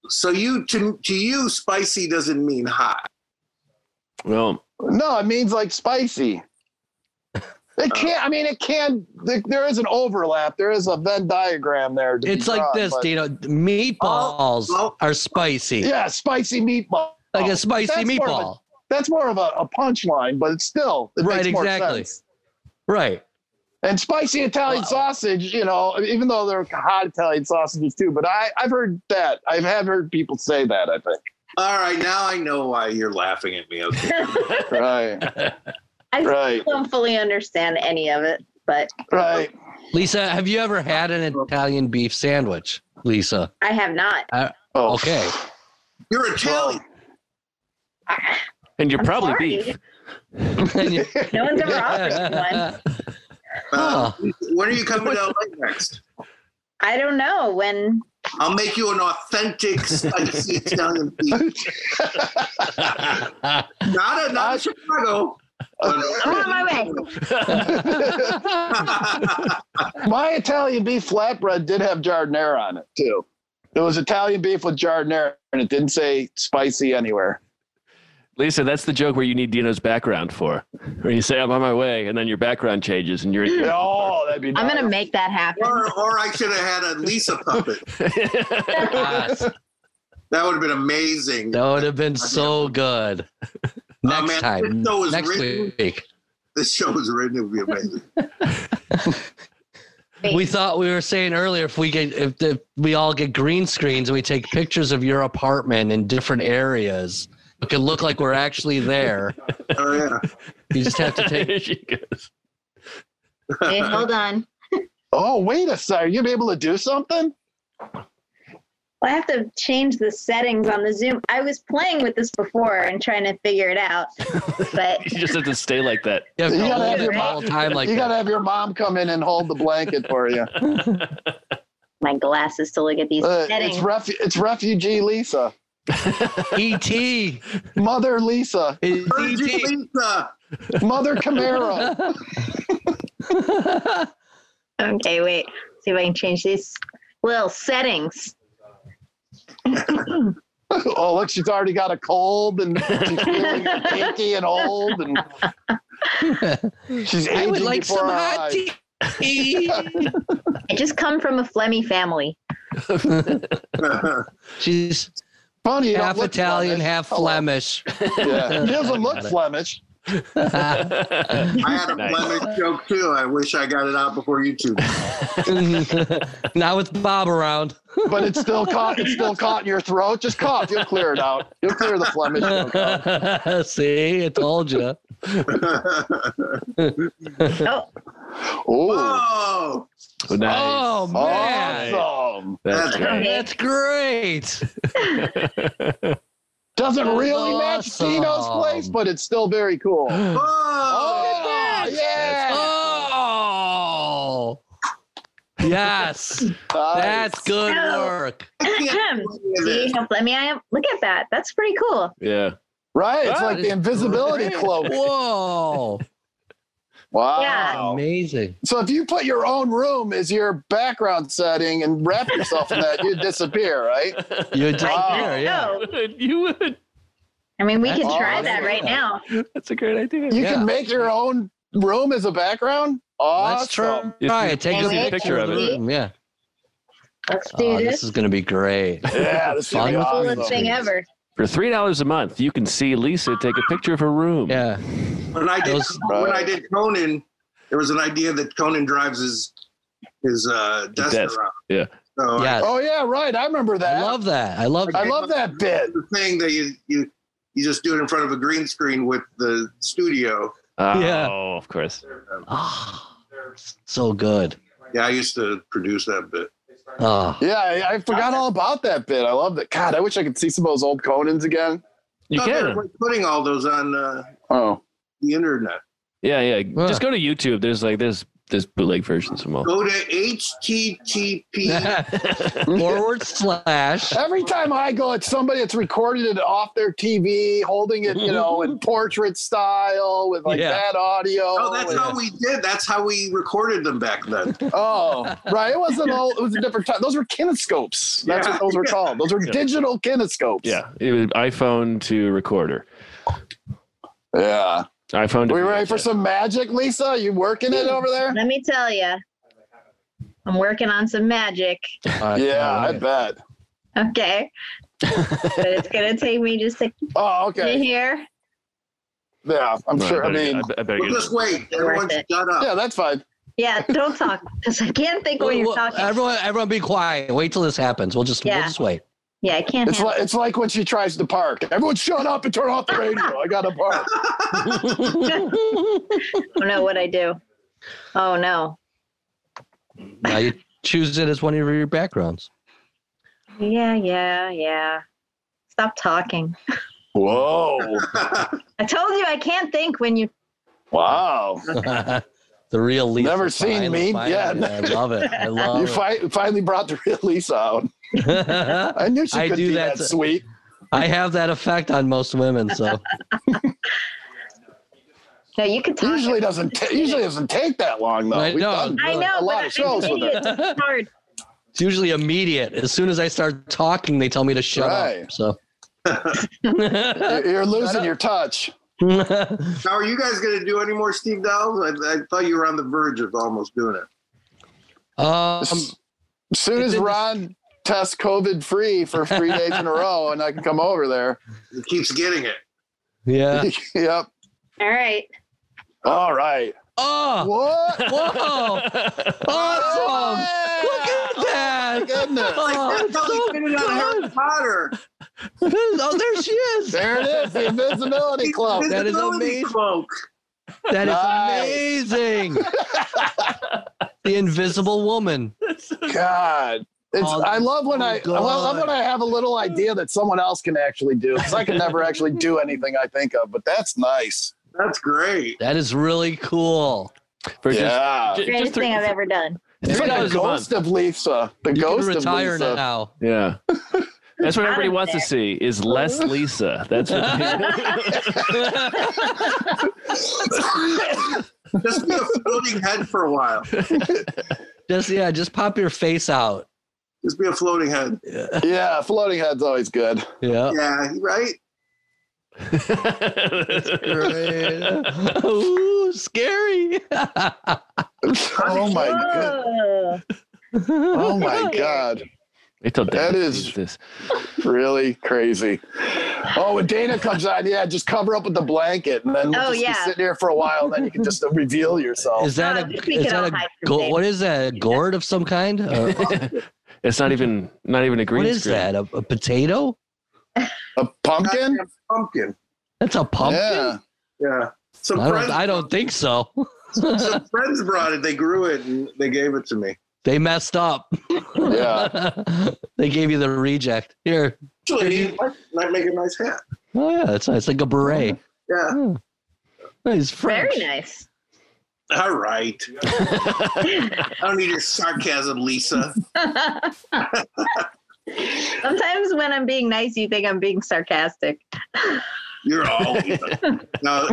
so you to to you, spicy doesn't mean hot. Well, no, it means like spicy. Oh. It can't. I mean, it can. th- There is an overlap. There is a Venn diagram there. to be It's like drawn, this, but- Dino. Meatballs oh. are spicy, Yeah, spicy meatball. like a spicy That's more of a- meatball. That's more of a, a punchline, but it's still it Right, makes more exactly. sense. Right. And spicy Italian Wow. sausage, you know, even though they're hot Italian sausages too, but I, I've heard that. I have heard people say that, I think. All right, now I know why you're laughing at me. Okay. Right. I right. don't fully understand any of it, but Right. Lisa, have you ever had an Italian beef sandwich, Lisa? I have not. Oh. Okay. You're Italian. Ah, And you're I'm probably sorry. beef. No one's ever offered me one. Uh, Oh, Huh. when are you coming to LA next? I don't know when. I'll make you an authentic spicy Italian beef. Not a not a Chicago. I'm on my way. but- My Italian beef flatbread did have jardinera on it too. It was Italian beef with jardinera, and it didn't say spicy anywhere. Lisa, that's the joke where you need Dino's background for. Where you say, I'm on my way, and then your background changes and you're. Oh, that'd be. I'm nice. gonna make that happen. or, or I should have had a Lisa puppet. Yes. That would have been amazing. Oh, That would have been so good. Oh, man, Next time. this show is Next written- week. This show was written, it would be amazing. We thought we were saying earlier if we get if, the, we all get green screens and we take pictures of your apartment in different areas, it could look like we're actually there. Oh yeah. You just have to take Here she goes. Hey, hold on. Oh, wait a second. You'll be able to do something? Well, I have to change the settings on the Zoom. I was playing with this before and trying to figure it out, but You just have to stay like that. you have to You gotta hold have it your the whole time like you that. got to have your mom come in and hold the blanket for you. my glasses to look at these Uh, settings. it's, ref- it's refugee Lisa. ET. It's Mother Lisa. Virgin ET. Lisa. Mother Camaro. Okay, wait. See if I can change these little settings. oh, look, she's already got a cold and she's feeling achy and old. and She's I aging would like before some our hot eyes. tea. I just come from a Flemmy family. She's Funny, you don't half look Italian, Flemish. half Hello. Flemish. Yeah. She doesn't Got look it. Flemish. Oh, I had a Nice. Flemish joke too. I wish I got it out before you two. Not with Bob around. but it's still caught. It's still caught in your throat. Just cough. You'll clear it out. You'll clear the Flemish. joke out. See, I told you. Oh, Oh, Whoa! Oh, Oh nice. man, awesome! That's right. that's great. Doesn't That's really match awesome. Dino's place, but it's still very cool. Whoa! Oh, yeah! Oh, yes, Nice. that's good No. work. I can't do any see of this. how Flemmy I am? Look at that. That's pretty cool. Yeah. right. It's Oh, like the that's invisibility great. cloak. Whoa, Wow! Yeah. amazing. So if you put your own room as your background setting and wrap yourself in that, you disappear, right? You did Wow. there, yeah. Oh, You would. I mean, we That's could try awesome. that right now. That's a great idea. You Yeah. can make your own room as a background. Awesome. Let's try. You try see- it. Take you a see a picture of it. Yeah. Let's do Oh, this. this is gonna be great. Yeah, this is Fun gonna be with awesome. green Coolest thing screens. ever. For three dollars a month, you can see Lisa take a picture of her room. Yeah. When I did Those- when I did Conan, there was an idea that Conan drives his his uh, desk, desk, around. yeah. So I- Yes. Oh yeah, right. I remember that. I love that. I love I love that bit. the thing that you you you just do it in front of a green screen with the studio. Oh, Yeah. of course. Ah, so good. Yeah, I used to produce that bit. Oh, Yeah, I, I forgot all about that bit. I love it. God, I wish I could see some of those old Conans again. You Thought they can. were putting all those on uh, Oh, the internet. Yeah, yeah. Huh. Just go to YouTube. There's like there's there's bootleg versions of them all. Go to Oh, http. forward slash. every time I go, it's somebody that's recorded it off their TV, holding it, you know, in portrait style with like Yeah. bad audio. Oh, that's how we did. That's how we recorded them back then. Oh, right. It wasn't all. It was a different time. Those were kinescopes. That's Yeah. what those were called. Those were Yeah. digital kinescopes. Yeah, it was iPhone to recorder. Yeah. iPhone. to we ready VHS. for some magic, Lisa? You working it over there? Let me tell you, I'm working on some magic. Uh, Yeah, I I, bet. Okay, but it's gonna take me just a Oh, minute okay. here. Yeah, I'm Well, sure. I better get- mean, I, better We'll get just wait. Worth Everyone it. shut up. yeah, that's fine. Yeah, don't talk because I can't think when you're talking. everyone, everyone, be quiet. Wait till this happens. We'll just, Yeah. we'll just wait. yeah, I can't. It's handle like it's like when she tries to park. Everyone, shut up and turn off the radio. I got to park. oh no, what I do? Oh no. Now you choose it as one of your backgrounds. Yeah, yeah, yeah. Stop talking. Whoa! I told you I can't think when you. Wow! the real Lisa. Never seen finally, me finally. yet. I love it. I love You it. fi- finally brought the real Lisa out. I knew she I could do be that, that to- sweet. I have that effect on most women. So No, you can talk. Usually doesn't ta- usually doesn't take that long though. I We've know. done I know, a lot but of shows I'm an with her. idiot. It's hard. it's usually immediate. As soon as I start talking, they tell me to shut Right. up. So. You're- You're losing your touch. Now, are you guys going to do any more Steve Dolls? I, I thought you were on the verge of almost doing it. um, As soon it as didn't- Ron tests COVID free for three days in a row, and I can come over there. It keeps getting it. yeah. yep. All right. All right. Oh, What? whoa! Awesome! Look Oh, at that! Goodness. Oh, it's Probably so did it on Harry good. Potter. Oh, there she is. There it is. The invisibility cloak. That is Invisibility amazing. Cloak. That is Nice. amazing. the Invisible Woman. God. It's, Oh, I love when oh, I I love when God. I have a little idea that someone else can actually do because I can never actually do anything I think of, but that's nice. That's great. That is really cool. for just- yeah, ju- just Greatest three- thing I've ever done. it's three like the dollars a month. ghost of Lisa. The You can ghost of retire Lisa. now. Yeah. That's what Out everybody of wants to there. see is less Lisa. That's what Just be a floating head for a while. just yeah, just pop your face out. Just be a floating head. Yeah, floating head's always good. Yeah. Yeah, right? Great. Ooh, scary. Oh my god. Whoa. Oh my god. Wait till That Dana is- sees this. Really crazy. Oh, when Dana comes on, yeah, just cover up with the blanket and then we'll Oh, just yeah. be sitting here for a while and then you can just reveal yourself. Is that Oh, a we is could all that hide from a go- Dave. what is that? A gourd of some kind? uh, Or- It's not even not even a green what is screen. that? A, a potato? A pumpkin? Pumpkin. That's a pumpkin? Yeah. Yeah. Some I don't friends, I don't think so. some friends brought it. They grew it and they gave it to me. They messed up. Yeah. they gave you the reject. Here. Actually, might make a nice hat. Oh yeah, that's nice. Like a beret. Yeah. Nice French. Very nice. All right. I don't need your sarcasm, Lisa. Sometimes when I'm being nice, you think I'm being sarcastic. You're always. no,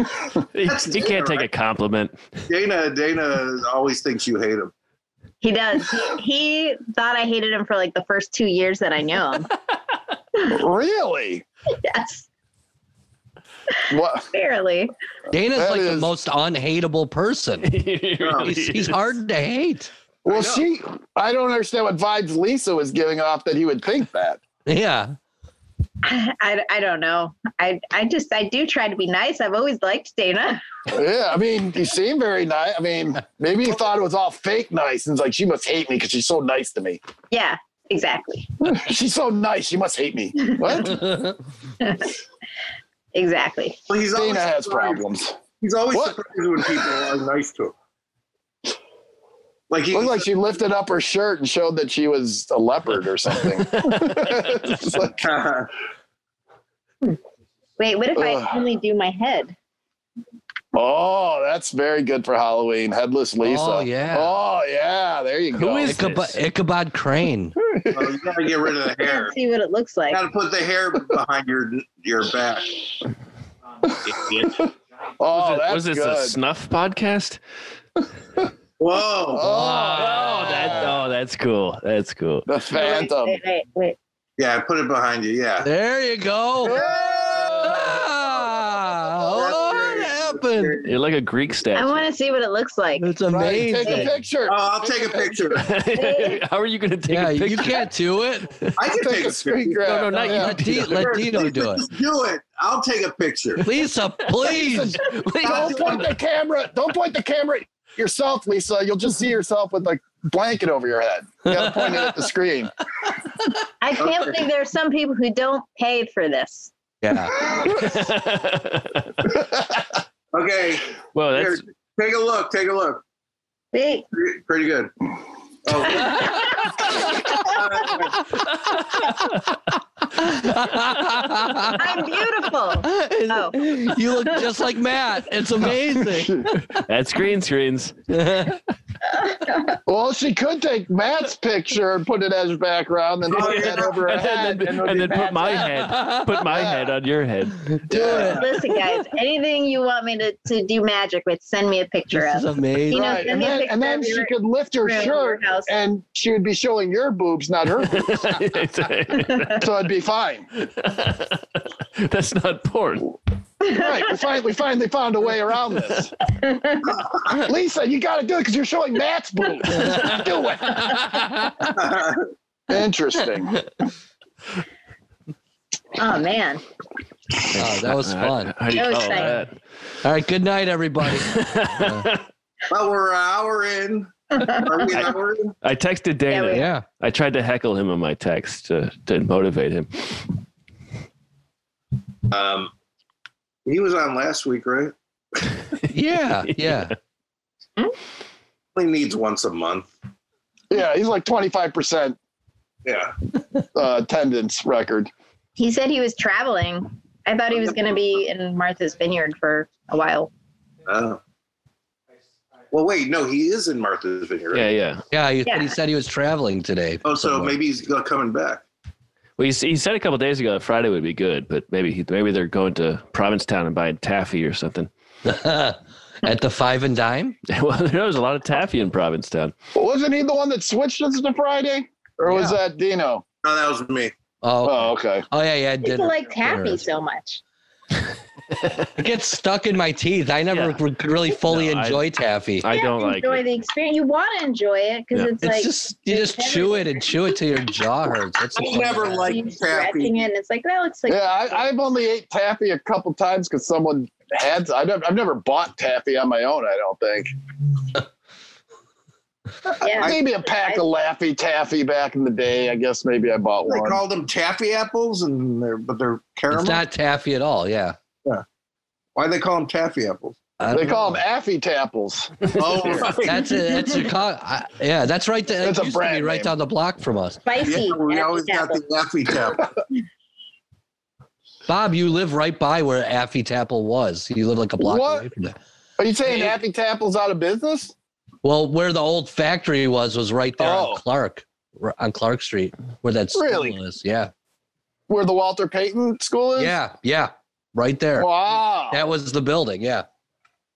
He, That's he can't Dana, take a compliment. Dana. Dana always thinks you hate him. He does. He thought I hated him for like the first two years that I knew him. Really? yes, What? barely. Dana's That like the is- most unhateable person. Really He's, Oh, he's is. hard to hate. Well, I know. she, I don't understand what vibes Lisa was giving off that he would think that. Yeah. I, I don't know. I I just I do try to be nice. I've always liked Dana. Yeah, I mean, he seemed very nice. I mean, maybe he thought it was all fake nice and it's like, she must hate me because she's so nice to me. Yeah, exactly, She's so nice. She must hate me. What? Oh, exactly. Well, he's always Dana has surprised. problems. He's always What? surprised when people are nice to him. Like he Looked like she lifted up her shirt and showed that she was a leopard or something. It's like, Wait, what if Ugh. I only do my head? oh, that's very good for Halloween. Headless Lisa. Oh yeah. Oh, yeah. There you Who go. is- Ichabod, this? Ichabod Crane. Oh, you gotta get rid of the I hair. can't see what it looks You like. gotta put the hair behind your your back. Idiot. Oh, that's was this good. a snuff podcast? Whoa. Oh, that, oh, that's cool. That's cool. The Wait, Phantom. wait, wait, wait. Yeah, put it behind you. Yeah. Oh. There you go. Yeah. Ah, That's oh, great. yeah, open. You're like a Greek I statue. want to see what it looks like. It's Right, amazing. take a picture. Oh, I'll take a picture. How are you going to take yeah, a you picture? can't do it. I can Take take a screen No, grab. no, not Yeah. Let, D, let Dino do it. Just do it. I'll take a picture. Lisa, please. Don't point the camera. Don't point the camera at yourself, Lisa. You'll just see yourself with like blanket over your head. You gotta point it at the screen. I can't believe there are some people who don't pay for this. Yeah. Okay. well, Here, that's take a look. Take a look. See? Pretty- Pretty good. Oh, I'm beautiful. Oh. You look just like Matt. It's amazing. that's green screens. Well, she could take Matt's picture and put it as background, and put that over her and head, then, and, it'll and be then put Matt's my head. head, put my head on your head. Do it. Listen, guys, anything you want me to, to do magic with, send me a picture This of. is amazing. You know, Right, send and me a then, picture and then of she your could lift her room in your shirt, house. and she would be showing your boobs, not her. boobs. so it'd be fine. that's not porn. Right, we, find, we finally found a way around this. Lisa, you got to do it because you're showing Matt's boobs. do it. Interesting. Oh, man. Oh, that was fun. Uh, How do you That was call that? All right. Good night, everybody. well, we're an hour in. Are we an hour in? I texted Yeah, Dana. we- Yeah. I tried to heckle him in my text to, to motivate him. Um, he was on last week, right? Yeah. Yeah. Only needs once a month. Yeah, he's like 25% Yeah. uh, attendance record. He said he was traveling. I thought he was going to be in Martha's Vineyard for a while. Uh, well, wait, no, he is in Martha's Vineyard. Yeah, yeah. Yeah. He, Yeah. he said he was traveling today. Oh, so somewhere. maybe he's go- coming back. Well, he, s- he said a couple days ago that Friday would be good, but maybe he, maybe they're going to Provincetown and buying taffy or something. at the five and dime. well, there was a lot of taffy in Provincetown. Wasn't he the one that switched us to Friday? Or was that Dino? No, that was me. Oh. Oh, okay. Oh yeah. Yeah. People Dinner. like taffy Dinner. so much. It gets stuck in my teeth. I never Yeah. re- really fully No, I- enjoy taffy. I You don't have to like enjoy it. the experience. You want to enjoy it because Yeah. it's, it's like just you just chew it and chew it till your jaw hurts. That's the I fun of never that. liked you taffy. stretching it. And it's like that looks like Yeah, I, I've only ate taffy a couple times because someone had. I've never, I've never bought taffy on my own. I don't think. yeah. Maybe a pack of Laffy Taffy back in the day. I guess maybe I bought They one. called them taffy apples, and they're but they're caramel. It's not taffy at all. Yeah. Why they call them taffy apples? I They don't call know. them Affy Tapples. Oh, right. That's it. That's Chicago. I, yeah, that's right. There. That's it a used to brand be right name. down the block from us. spicy. yeah, we taffy always got apple. the taffy tap. Bob, you live right by where Affy Tapple was. You live like a block What? away from that. Are you saying Affy Tapples out of business? Well, where the old factory was was right there Oh. on Clark, r- on Clark Street, where that school Really? is. Yeah, Where the Walter Payton School is? yeah, yeah, right there. Wow. That was the building. Yeah.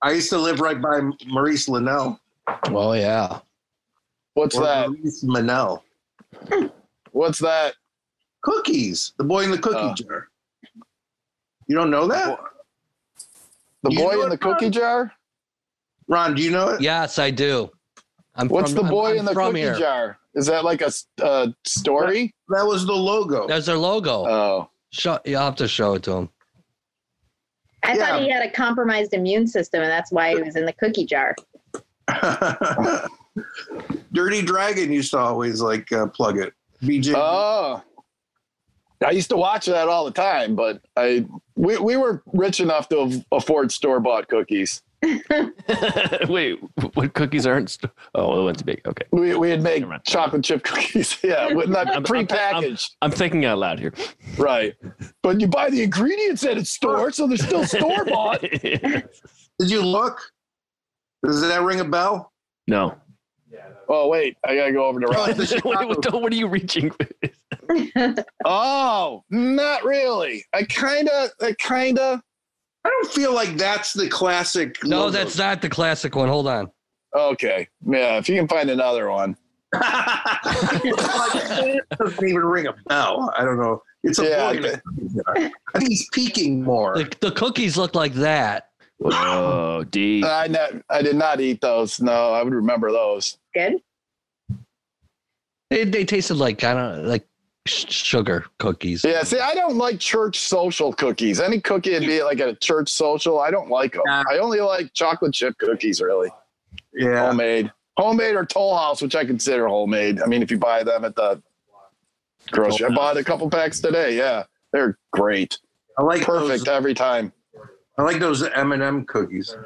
I used to live right by Maurice Linnell. Oh yeah. What's or that? Maurice Linnell. What's that? Cookies. The boy in the cookie Oh. jar. You don't know that? The You know boy in the it, cookie jar? Ron, do you know it? Yes, I do. I'm What's from, the I'm- boy I'm in the from cookie here. jar? Is that like a s- uh, story? That was the logo. There's their logo. Oh. Show, you'll have to show it to him. I Yeah. thought he had a compromised immune system, and that's why he was in the cookie jar. Dirty Dragon used to always like uh, plug it. BJ. Oh. I used to watch that all the time, but I we, we were rich enough to af- afford store bought cookies. Wait, what cookies aren't? St- oh, the one's big. Okay, We, we'd make Never mind. chocolate chip cookies. Yeah, with not I'm- I'm- prepackaged. I'm thinking out loud here. right. But you buy the ingredients at a store, so they're still Oh, store bought. Did you look? Does that ring a bell? no. oh, wait. I got to go over to Oh, Ron. it's the what, Chicago- what- what are you reaching? Oh, not really. I kind of, I kind of. I don't feel like that's the classic. No, that's not the classic one. Hold on. Okay. Yeah, if you can find another one. it doesn't even ring a bell. I don't know. It's a Yeah, boy. in a cookie jar. I think he's peaking more. The, the cookies look like that, Whoa, D. I not, I did not eat those. No, I would remember those. Good. They, they tasted like kind of like sh- sugar cookies. Yeah, see, I don't like church social cookies. Any cookie would be like at a church social. I don't like them. Nah. I only like chocolate chip cookies, really. Yeah. Homemade. Homemade or Toll House, which I consider homemade. I mean, if you buy them at the grocery, I bought a couple packs today. Yeah, they're great. I like Perfect Those, every time. I like those M&M cookies.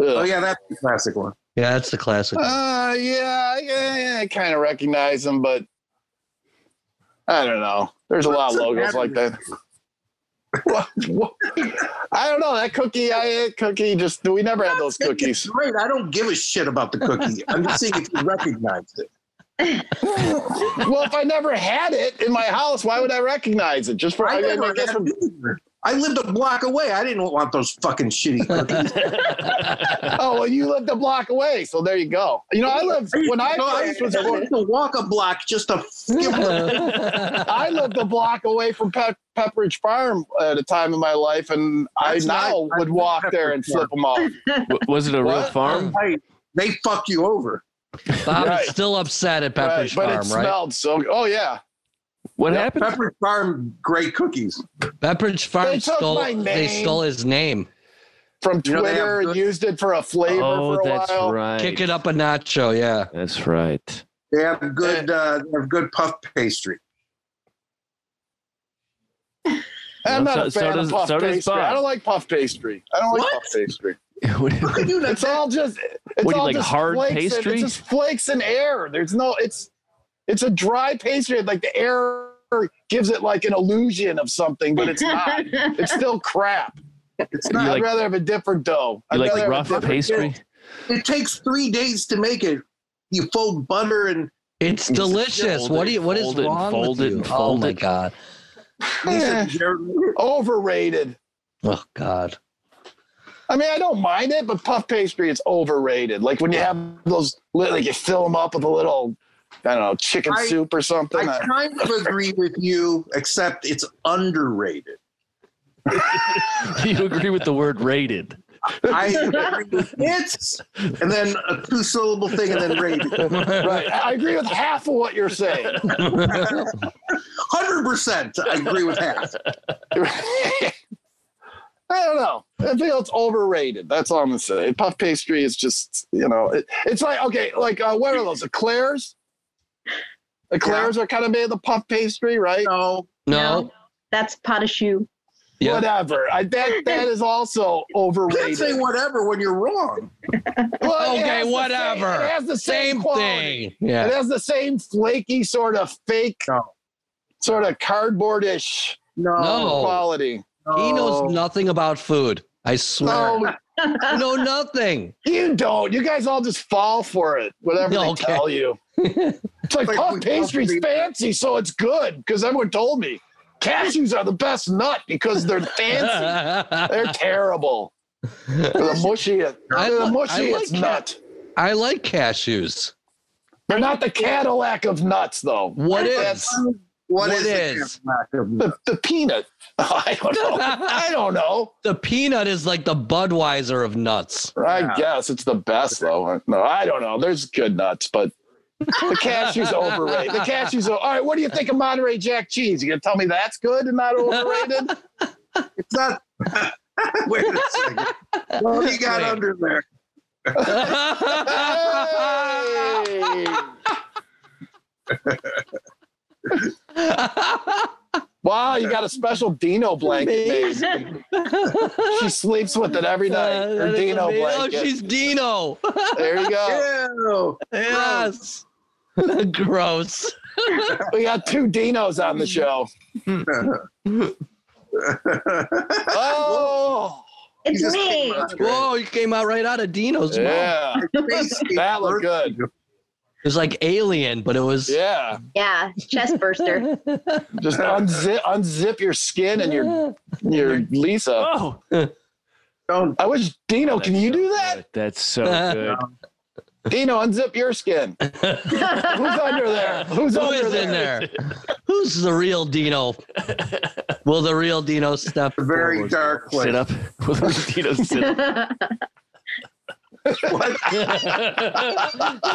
Oh Ugh. yeah, that's the classic one. Yeah, that's the classic. Uh, yeah, I- yeah, I kind of recognize them, but I don't know. There's a lot What's of the logos matter like that. What, what? I don't know. That cookie, I ate cookie. Just we never had those It's cookies. Great. I don't give a shit about the cookie. I'm just seeing if you recognize it. well, if I never had it in my house, why would I recognize it? Just for I, I, mean, I never guess had from- either. I lived a block away. I didn't want those fucking shitty cookies. oh well, you lived a block away, so there you go. You know, I lived when I No, I first used was born. to walk a block just to give I lived a block away from Pe- Pepperidge Farm at a time in my life, and That's I now nice. I would love walk there and Pepperidge Farm. flip them off. W- was it a real What? farm? they fuck you over. Bob Right. is still upset at Pepperidge but it Farm, right? smelled so. Oh yeah, What Yeah, happened? Pepperidge Farm great cookies. Pepperidge Farm They took stole. my They name. stole his name. from You know, they Twitter have and good- used it for a flavor Oh, for a that's while. right. Kick it up a nacho. Yeah. That's right. They have good uh, they have good puff pastry. I'm Well, not so- a so fan does- of puff so does pastry. Bob. I don't like puff pastry. I don't like What? puff pastry. What- How could you not? It's all just. It's What do you all like, just hard flakes pastry? And, it's just flakes and air. There's no. It's. It's a dry pastry. Like the air gives it like an illusion of something, but it's not. it's still crap. It's You not. I'd like- rather have a different dough. you I'd like rather have a rough different- pastry? It takes three days to make it. You fold butter and It's delicious. fold what it, do you? What is fold it, wrong fold with it, you? oh fold my it. god. Lisa, Eh, did you ever- overrated. Oh god. I mean, I don't mind it, but puff pastry is overrated. Like when you have those, li- like you fill them up with a little, I don't know, chicken I- soup or something. I I- kind of agree with you, except it's underrated. you agree with the word rated? I agree with it's and then a two syllable thing and then rated. right. I agree with half of what you're saying. Hundred percent, I agree with half. I don't know. I feel it's overrated. That's all I'm gonna say. Puff pastry is just, you know, it, it's like okay, like uh, what are those eclairs? Eclairs are kind of made of the puff pastry, right? No, no. That's pot of shoe. Yeah. Whatever. I that that is also overrated. can't say whatever when you're wrong. Well, it has Okay. the same- Whatever. it has the same, same quality. thing. It Yeah. has the same flaky sort of fake, No. sort of cardboardish No. quality. Oh, He no. knows nothing about food. I swear. No, You know nothing. you don't. You guys all just fall for it, whatever Yeah, they okay. tell you. It's like, Like, puff we- pastry's fancy, so it's good because everyone told me cashews are the best nut because they're fancy. I they're terrible. They're the mushiest, I they're the like- I mushiest like nut. like cashews. They're not the Cadillac of nuts, though. What is? That's- What What is, the is? lack of- The, the peanut. I don't know. I don't know. The peanut is like the Budweiser of nuts. I Yeah. guess it's the best though. Uh, No, I don't know. There's good nuts, but the cashew's overrated. The cashew's o- all right. What do you think of Monterey Jack cheese? You gonna tell me that's good and not overrated? It's not. Wait a second. What do you got under there? Hey! Wow, you got a special Dino blanket. made. She sleeps with it every night. Uh, Her that is Dino amazing. Oh, blanket. she's Dino. there you go. Ew. yes. Gross. We got two Dinos on the show. Oh, It's Jesus me. Christ. Whoa, you came out right out of Dino's mouth. Oh. yeah. Basically, That looked good. It was like alien, but it was Yeah. Yeah, chest burster. Just unzip unzip your skin and your your Lisa. Oh, Don't Oh, I wish Dino, can you do that? That's so good. Dino, unzip your skin. Who's under there? Who's Who under is there? in there? Who's the real Dino? Will the real Dino step? A very forward? dark place. Sit up. Will Dino sit up?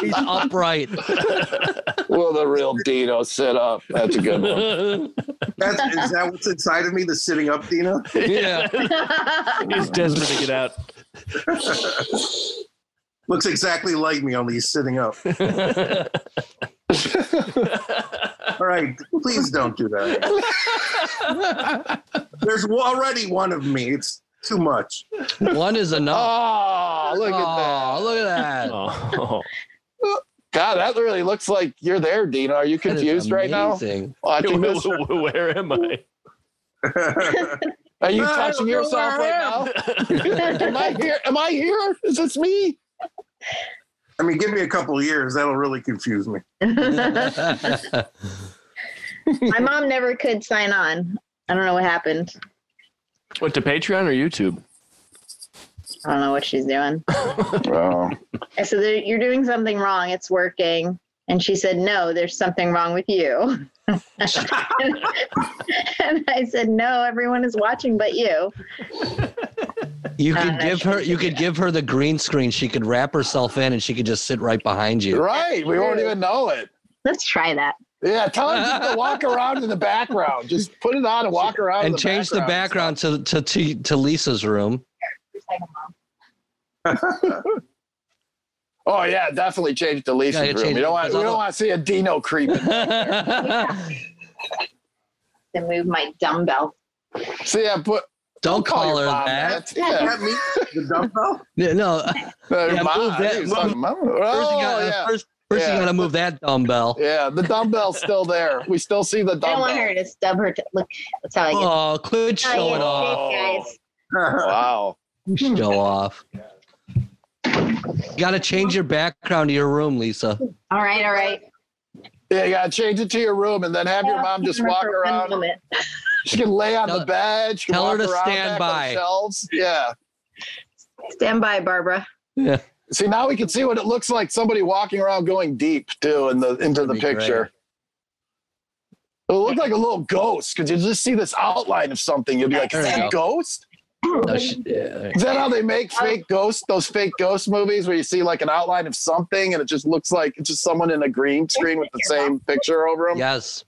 He's upright. Will the real Dino sit up? That's a good one. That's, is that what's inside of me? The sitting up, Dino. Yeah. He's desperate to get out. Looks exactly like me, only he's sitting up. All right, please don't do that. There's already one of me. It's too much. One is enough. Oh, look at that. Aw, Look at that. Oh, God, that really looks like you're there, Dino. Are you That is confused right now? amazing. Watching this? where am I? Are you I don't touching know yourself where right now? Am I here? Am I here? Is this me? I mean, give me a couple of years. That'll really confuse me. My mom never could sign on. I don't know what happened. What to Patreon or YouTube? I don't know what she's doing. Oh. I said, "There- You're doing something wrong. It's working. And she said, No, there's something wrong with you. and I said, No, everyone is watching but you. you Uh, could that give her. should You be could it. give her the green screen. She could wrap herself in, and she could just sit right behind you. Right. We won't even know it. Let's try that. Yeah, tell him just to walk around in the background. Just put it on and walk around. And in change the background to, to to to Lisa's room. Oh yeah, definitely change the Lisa's Yeah, you room. change We don't it, want because we other- don't want to see a Dino creeping. To move my dumbbell. see, I put Don't call her your mom that. Yeah, That me, the dumbbell. Yeah, No, Uh, Yeah, mom, move I that- think it's move- like mom. first you Oh, gotta yeah. first, first Yeah. you gotta move that dumbbell. yeah, the dumbbell's still there. We still see the I dumbbell. don't want her to stub her. T- Look, that's how I get. Oh, quit That's how I showing get off. sick, guys. Wow. Show off. Gotta change your background to your room, Lisa. All right, all right. Yeah, you gotta change it to your room and then have your mom just Remember walk for one around. moment. She can lay on the Tell- bed. She can tell her walk to around stand back on by. Shelves. Yeah. Stand by, Barbara. Yeah. See, now we can see what it looks like somebody walking around going deep too in the into That'd the be great. picture. It'll look like a little ghost because you just see this outline of something. You'll be like, There is we that a go. ghost? No, she- yeah. Is that how they make fake ghosts, those fake ghost movies where you see like an outline of something and it just looks like it's just someone in a green screen with the same picture over them? Yes.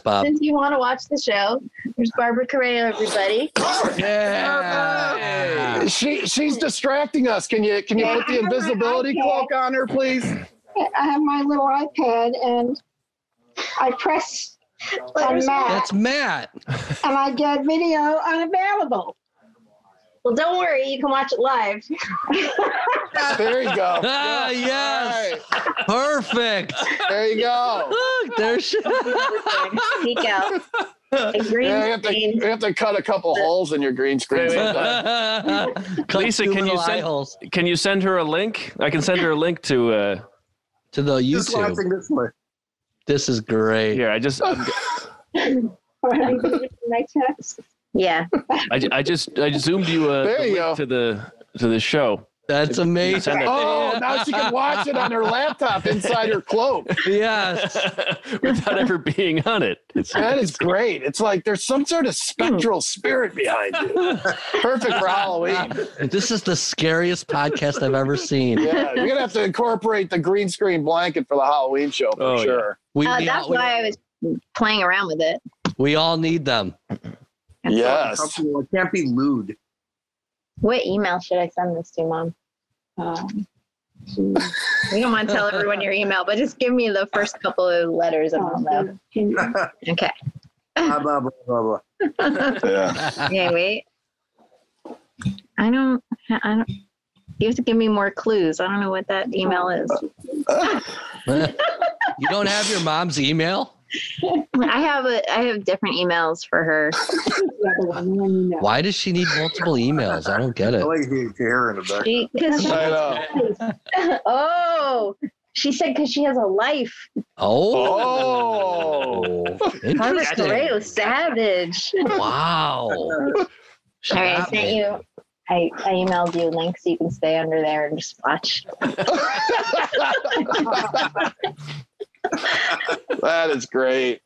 Bob. Since you want to watch the show, there's Barbara Correa, everybody. Yeah. She she's distracting us. Can you can you Yeah, put I have the my invisibility iPad. cloak on her, please? I have my little iPad and I press on Mac That's Matt. and I get video unavailable. Well, don't worry, you can watch it live. There you go. Ah, yes. All right. Perfect. There you go. Look, there she Peek out. A green Yeah, you have, to, screen. you have to cut a couple holes in your green screen. Wait, wait. sometimes. Cut Lisa, two can you little eye send- holes Can you send her a link? I can send her a link to. Uh, to the Just YouTube? watching this way. This is great. here, I just, I, Yeah. ju- I just, I zoomed you a There you go. to the to the show. That's amazing. Send it. Oh, now she can watch it on her laptop inside her cloak. Yes. without ever being on it. It's, That is great. It's like there's some sort of spectral spirit behind you. Perfect for Halloween. This is the scariest podcast I've ever seen. Yeah, you're gonna have to incorporate the green screen blanket for the Halloween show for Oh, yeah. sure. We, Uh, we that's all, we- why I was playing around with it. we all need them. Yes. Comfortable. I can't be lewd. What email should I send this to, Mom? Um, you don't want to tell everyone your email, but just give me the first couple of letters and I'll know. blah, Okay. blah, blah, blah, blah. Yeah. Okay, wait. I don't. I don't. You have to give me more clues. I don't know what that email is. you don't have your mom's email? I have a. I have different emails for her. Why does she need multiple emails? I don't get I it. like the hair in the back. She, cause she- I know. oh, she said because she has a life. Oh. Barbara Interesting. Correa, savage. Wow. All right, I sent you. I, I emailed you a link so you can stay under there and just watch. that is great.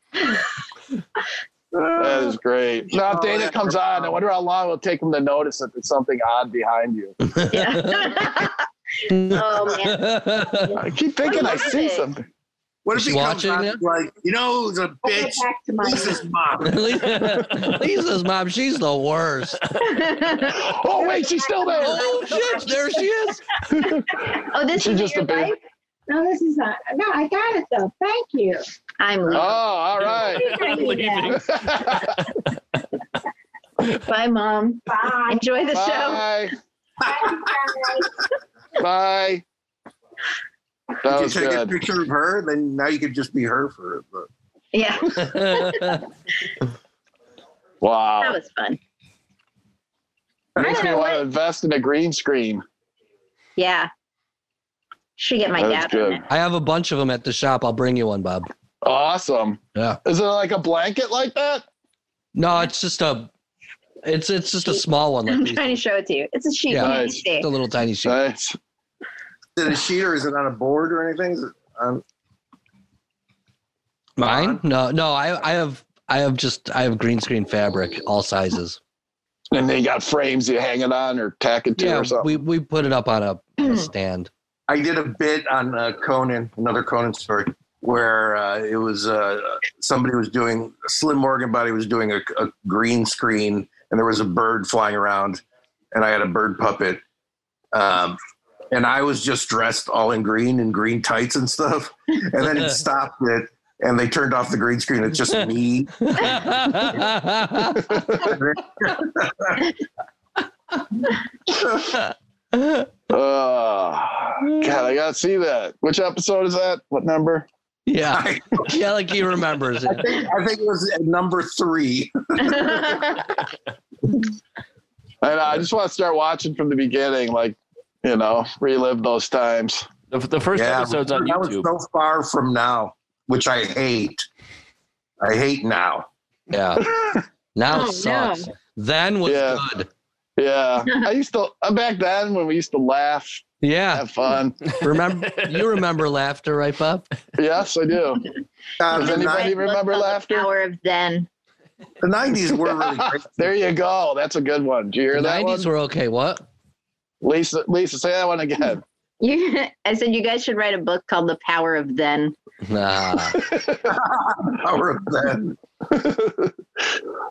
That is great. Now if Oh, Dana that's comes on, I wonder how long it'll take them to notice that there's something odd behind you. Yeah. oh man. I keep thinking I see Love it. something. What Is if she he comes watching out now? and is like, you know, the I'll get bitch, back to Lisa's mom. Lisa's mom, she's the worst. my. Oh wait, she's still there. Oh shit, there she is. oh, this She's is just your a baby. wife? No, this is not. No, I got it though. Thank you. I'm Oh, leaving. all right. Thank you, Dad. Bye. Bye, mom. Bye. Enjoy the show. Bye. Bye. Oh, That you was take a good. picture of her, then now you could just be her for it. But Yeah, that Wow. was fun. Makes I don't me know want what- to invest in a green screen. Yeah. Should get my That's dad on good. it. I have a bunch of them at the shop. I'll bring you one, Bob. Awesome. Yeah. Is it like a blanket like that? No, it's just a, it's it's just a small one like I'm these. trying to show it to you. It's a sheet. Yeah. you can Nice. see. It's a little tiny sheet. Nice. is it a sheet or is it on a board or anything? Is it on- Mine? No, no. I I have I have just I have green screen fabric, all sizes. And then you got frames you hang it on or tack it to Yeah, or something. we we put it up on a, on a stand. I did a bit on uh, Conan, another Conan story, where uh, it was uh, somebody was doing Slim Morgan body was doing a, a green screen, and there was a bird flying around, and I had a bird puppet, um, and I was just dressed all in green and green tights and stuff, and then it stopped it, and they turned off the green screen. It's just me. Oh, God, I gotta see that. Which episode is that? What number? yeah, I, yeah. Like he remembers it. think, I think it was at number three. I know, I just want to start watching from the beginning, like you know, relive those times. The, the first episode's on I YouTube. was so far from now, which I hate. I hate now. Yeah. Now Oh, it sucks. Then was Yeah. good. Yeah, I used to uh, back then when we used to laugh, Yeah. have fun. Remember you remember laughter, right, Bob? Yes, I do. Uh, Does the, anybody ni- remember laughter? Hour of then. the 90s were really great. there you go. That's a good one. Did you hear The that nineties one? were okay. What? Lisa, Lisa, say that one again. You, I said you guys should write a book called The Power of Then. Nah. power of then.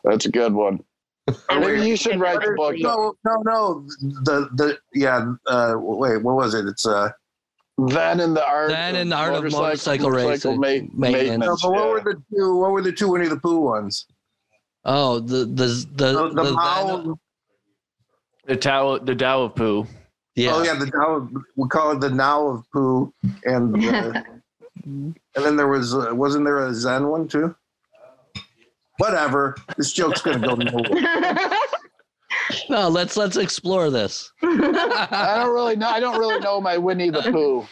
That's a good one. Oh, Maybe wait. you should write the book. though. No, no, no. The the yeah. Uh, wait, what was it? It's uh. Then in the art. Then in the art of motorcycle racing, ma- maintenance. No, maintenance. but what yeah. were the two? What were the two Winnie the Pooh ones? Oh, the the the, Oh, The, the, then- Mao- The Tao, the Tao of Pooh. yeah. Oh yeah, the now we call it the now of Pooh, and the, and then there was uh, wasn't there a Zen one too? Whatever. This joke's gonna go nowhere. No, let's let's explore this. I don't really know. I don't really know my Winnie the Pooh.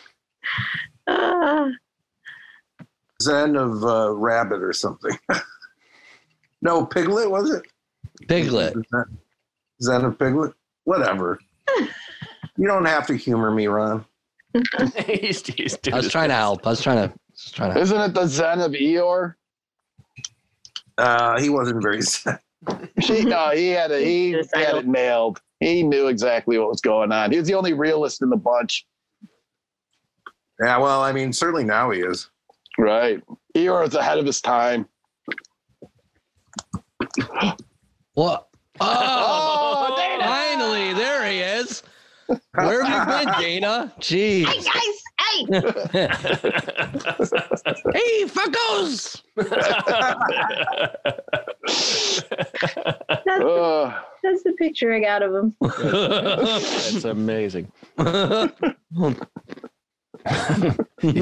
Zen of uh, rabbit or something. no, Piglet was it? Piglet. Zen of Piglet. Whatever. you don't have to humor me, Ron. he's, he's doing I was his trying to best. help. I was trying to just trying to Isn't it the Zen of Eeyore? Uh, he wasn't very Zen. She, no, he had it. He had it nailed. He knew exactly what was going on. He was the only realist in the bunch. Yeah, well, I mean, certainly now he is. Right. Eeyore was ahead of his time. What? Oh, Oh, Dana! finally, there he is. Where have you been, Dana? hey Jeez. guys, hey. Hey, fuckos. That's, Ugh. that's the picture I got of him. That's amazing. You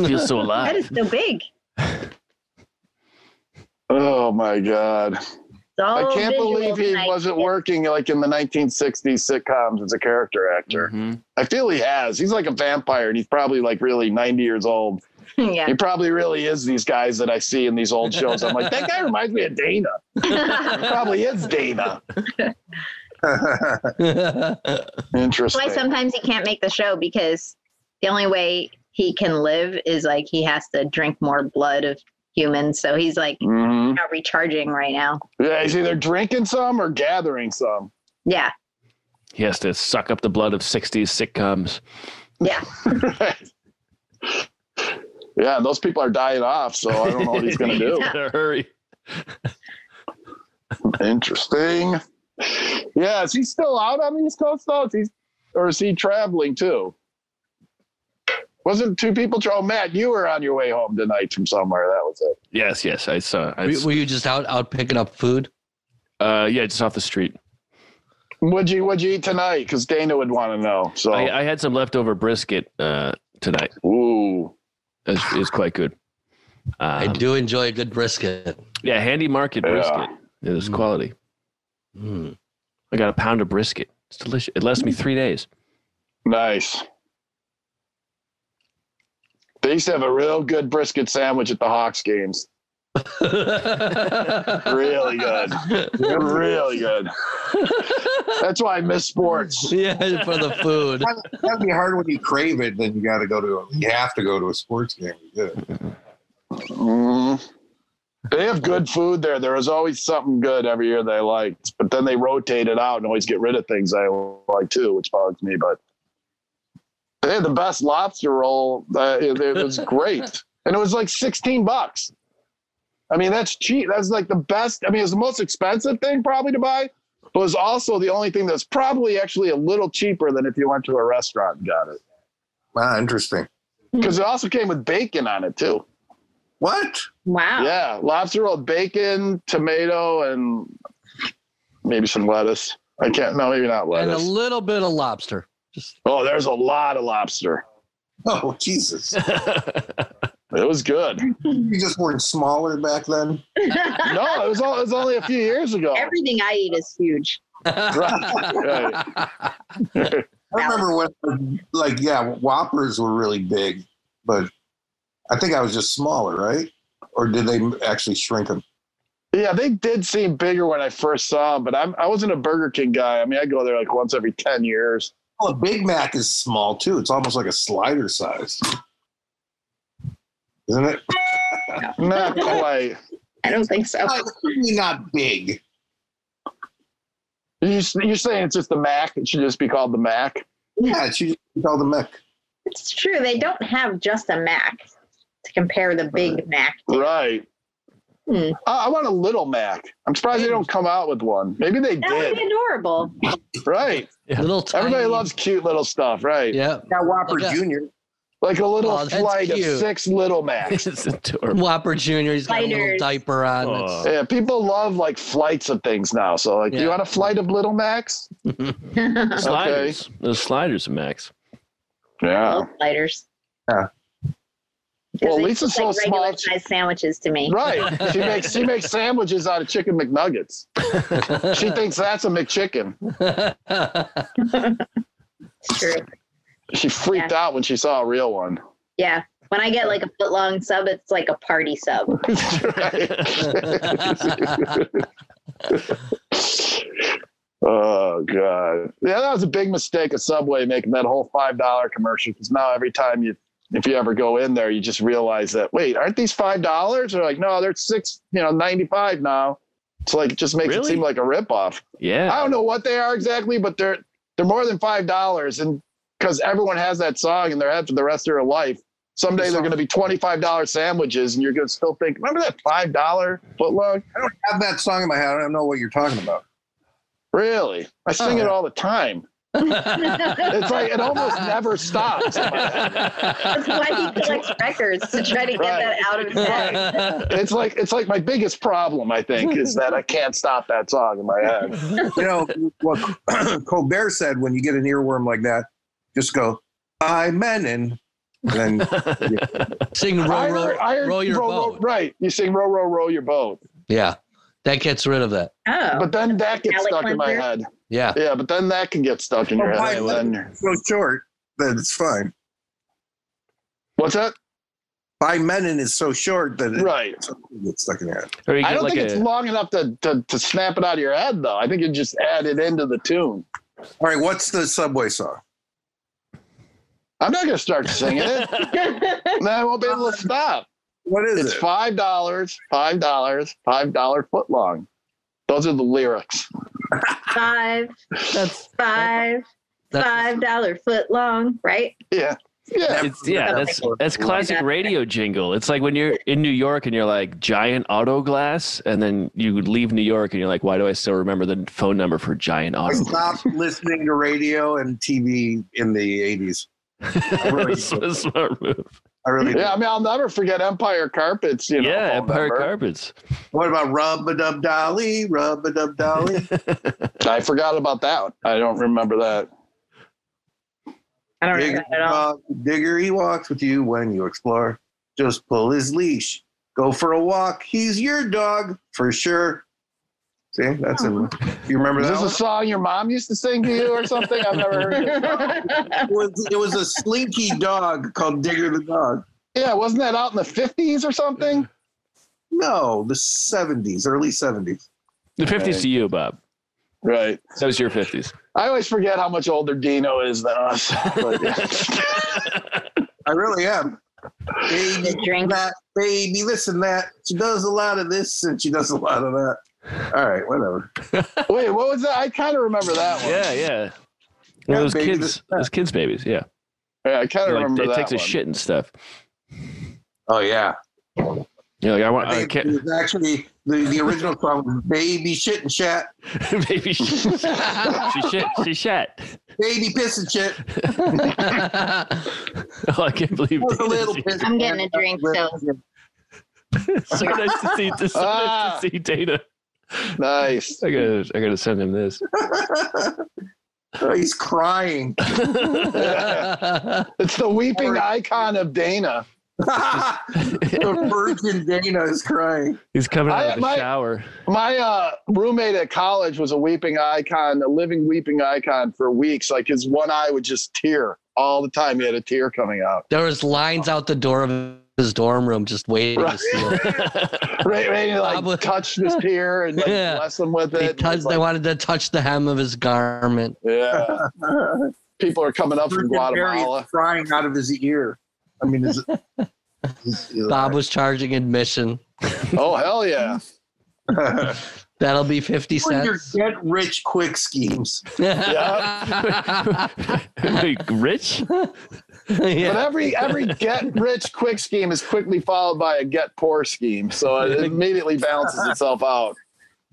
feel so That alive. is so big. oh my God. It's all I can't Oh, visual believe he tonight. wasn't working like in the 1960s sitcoms as a character actor. Mhm. I feel he has. He's like a vampire and he's probably like really 90 years old. yeah. He probably really is these guys that I see in these old shows. I'm like, that guy reminds me of Dana. Probably is Dana. Interesting. That's why sometimes he can't make the show because the only way he can live is like he has to drink more blood of humans. So he's like Mhm. not recharging right now. Yeah, he's either drinking some or gathering some. Yeah. He has to suck up the blood of 60s sitcoms. yeah, and those people are dying off, so I don't know what he's going to do. He's in a hurry. Interesting. Yeah, is he still out on the East Coast though? Is he, or is he traveling too? Wasn't two people? Tra- oh, Matt, you were on your way home tonight from somewhere. That was it. Yes, yes. I saw. I, were, were you just out out picking up food? uh, yeah, just off the street. Would you Would you eat tonight? Because Dana would want to know. So, I, I had some leftover brisket uh, tonight. ooh, It's, it's quite good. Um, I do enjoy a good brisket. Yeah, handy market Yeah. brisket is Mm. quality. Mm. I got a pound of brisket. It's delicious. It lasts me three days. nice. They used to have a real good brisket sandwich at the Hawks games. Really good. really good. That's why I miss sports. yeah, for the food. That'd be hard when you crave it. Then you got to go to. A, you have to go to a sports game. Yeah. Mhm. They have good food there. There is always something good every year they liked, but then they rotate it out and always get rid of things I like too, which bugs me. But they had the best lobster roll. Uh, it, it was great, and it was like sixteen bucks. I mean, that's cheap. That's like the best. I mean, it's the most expensive thing probably to buy, but it's also the only thing that's probably actually a little cheaper than if you went to a restaurant and got it, Wow, Ah, interesting. because it also came with bacon on it too. What? Wow. Yeah, lobster roll, bacon, tomato, and maybe some lettuce. I can't. No, maybe not And a lettuce. little bit of lobster. oh, there's a lot of lobster. Oh Jesus! It was good. you just weren't smaller back then. No, it was, all, it was only a few years ago. Everything I eat is huge. Right. I remember when, like, yeah, Whoppers were really big, but I think I was just smaller, right? Or did they actually shrink them? Yeah, they did seem bigger when I first saw them, but I'm, I wasn't a Burger King guy. I mean, I go there like once every 10 years. Well, a Big Mac is small too. It's almost like a slider size, isn't it? Not quite. I don't think so. Uh, Certainly not big. You, you're saying it's just the Mac? It should just be called the Mac? Yeah, it's usually called the Mac. It's true. They don't have just a Mac to compare the Big Mm-hmm. Mac. Right. Hmm. I, I want a little Mac. I'm surprised they don't come out with one. Maybe they That would did. be adorable. Right. little tiny. Everybody loves cute little stuff, right? Yeah. Now Whopper Okay. Junior. Like a little Oh, that's flight cute. of six little Macs. it's adorable. Whopper Jr. He's got a little Sliders. diaper on. Oh. yeah, people love like flights of things now. So like, do Yeah. you want a flight of little Macs? Oh. Sliders. Those sliders are max. Yeah. Lighters. Yeah. Well, They Lisa's look so like small. Regular sized sandwiches to me. Right. She makes she makes sandwiches out of chicken McNuggets. She thinks that's a McChicken. It's true. She freaked out when she saw a real one. Yeah. When I get like a foot long sub, it's like a party sub. Oh god. Yeah, that was a big mistake of Subway making that whole five dollar commercial because now every time you if you ever go in there, you just realize that wait, aren't these five dollars? They're like, no, they're six, you know, ninety five now. It's like it just makes it Really? seem like a ripoff. I Yeah. don't know what they are exactly, but they're they're more than five dollars and because everyone has that song in their head for the rest of their life. Someday they're gonna be twenty five dollar sandwiches and you're gonna still think, remember that five dollar footlong? I don't have that song in my head. I don't know what you're talking about. Really? I sing Oh. Uh-huh. it all the time. It's like it almost never stops. That's why he collects records to try to get Right. that out of his head. It's like it's like my biggest problem, I think, is that I can't stop that song in my head. You know what Colbert said when you get an earworm like that, just go, "I Menon," and then Sing row, I row, heard- I heard row your row, row- boat. right. You sing row, row, row your boat. Yeah, that gets rid of that. Oh. But then that gets Palate stuck in my cleanser? head. Yeah, Yeah, but then that can get stuck in your Oh, head. why- and then- so short that it's fine. what's that? by Menon is so short that it Right. gets stuck in your head. Or you I get don't like think a, it's long enough to, to, to snap it out of your head, though. I think you just add it into the tune. All right, what's the subway song? I'm not going to start singing it. then I won't be able to stop. What is It's it? five dollars, five dollars, five dollar foot long. Those are the lyrics. Five, That's five, that's five dollar foot long, right? Yeah, yeah. it's yeah, that's that's classic radio jingle. It's like when you're in New York and you're like Giant Auto Glass, and then you leave New York and you're like, why do I still remember the phone number for Giant I Auto? Glass? stopped listening to radio and TV in the 80s. really- It's a smart move. I really did. Yeah, I mean, I'll never forget Empire Carpets. You know, yeah, phone Empire number. Carpets. What about Rub a Dub Dolly? Rub a Dub Dolly? I forgot about that. One. I don't remember that. I don't Digger, remember that at all. walk- digger, he walks with you when you explore. Just pull his leash. Go for a walk. He's your dog for sure. See, that's it. Oh. You remember Is that? this a one? song your mom used to sing to you or something? I've never heard. It. It was, it was a slinky dog called Digger the dog. Yeah, wasn't that out in the fifties or something? No, the 70s, early 70s. The fifties to you, Bob. Right. That was your fifties. I always forget how much older Dino is than us. But, yeah. I really am. The Baby, drink. that, baby, listen that. She does a lot of this and she does a lot of that. All right, whatever. Wait, what was that? I kind of remember that one. Yeah, yeah. One Yeah, of those baby, kids, this- those kids' babies. Yeah, Yeah, I kind of like remember they that takes a one. shit and stuff. Oh, yeah. You're like, I want, I Baby, can't, it was actually the, the original song was baby shit and chat baby. She, she shit. She shat. baby piss and shit that's- Oh, I can't believe It was a Dana's little here. piss I'm getting a drink, so so nice to see. So nice to see Dana. Nice. I gotta, I gotta send him this. oh, he's crying It's the weeping icon of Dana. the virgin dana is crying He's coming out I- of the my- shower. My uh, roommate at college was a weeping icon, a living weeping icon for weeks. Like his one eye would just tear all the time. He had a tear coming out. there was lines out the door of his dorm room just waiting to see him. Right, right. He, Bob was- like touched his tear and like, Yeah. bless him with They, it. touched, they wanted to touch the hem of his garment. yeah. People are coming up from Virgin Mary is Guatemala. crying out of his ear i mean is it, is it- Bob was charging admission. Oh hell yeah! That'll be 50 What are your cents. get rich quick schemes yeah. Wait, Rich? But every every get rich quick scheme is quickly followed by a get poor scheme, so it immediately balances itself out.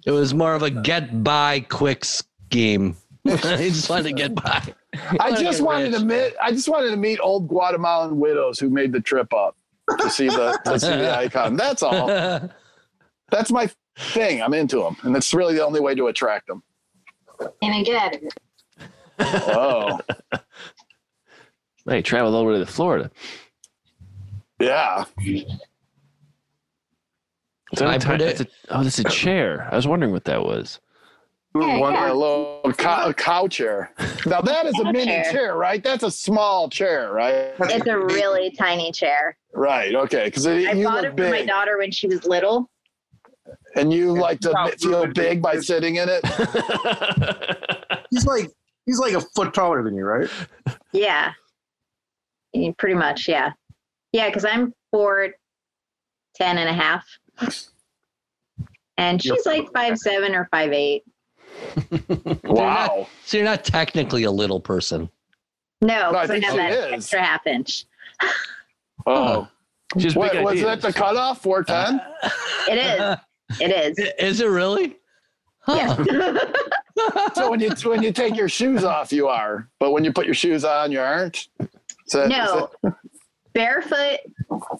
It was more of a get by quick scheme. he just wanted to get by. I wanna just get wanted rich. to meet. I just wanted to meet old Guatemalan widows who made the trip up to see the to see the icon. That's all. That's my thing. I'm into them, and it's really the only way to attract them. and I get out of it. Oh, Hey, traveled all the way to Florida. yeah. Is that I a ti- predict- that's a- oh, that's a chair. I was wondering what that was. Yeah, One- A yeah. little cow, a cow chair. Now that is a Cow mini chair. chair, right? That's a small chair, right? It's a really tiny chair. Right. Okay. Because I you bought it look for my big, daughter when she was little. and you like to Yeah. feel big by sitting in it. he's like he's like a foot taller than you right Yeah. Yeah, Pretty much, yeah. Yeah, because I'm four, ten and a half. And she's like five seven or five eight. Wow. So you're not technically a little person. No, No, I 'cause I think have she that is. extra half inch. Oh, She's big what, was ideas. that the cutoff? Four Uh, ten. It is. It is. Is it really? Yeah. so when you when you take your shoes off, you are, but when you put your shoes on, you aren't. Is that- is no. that- Barefoot,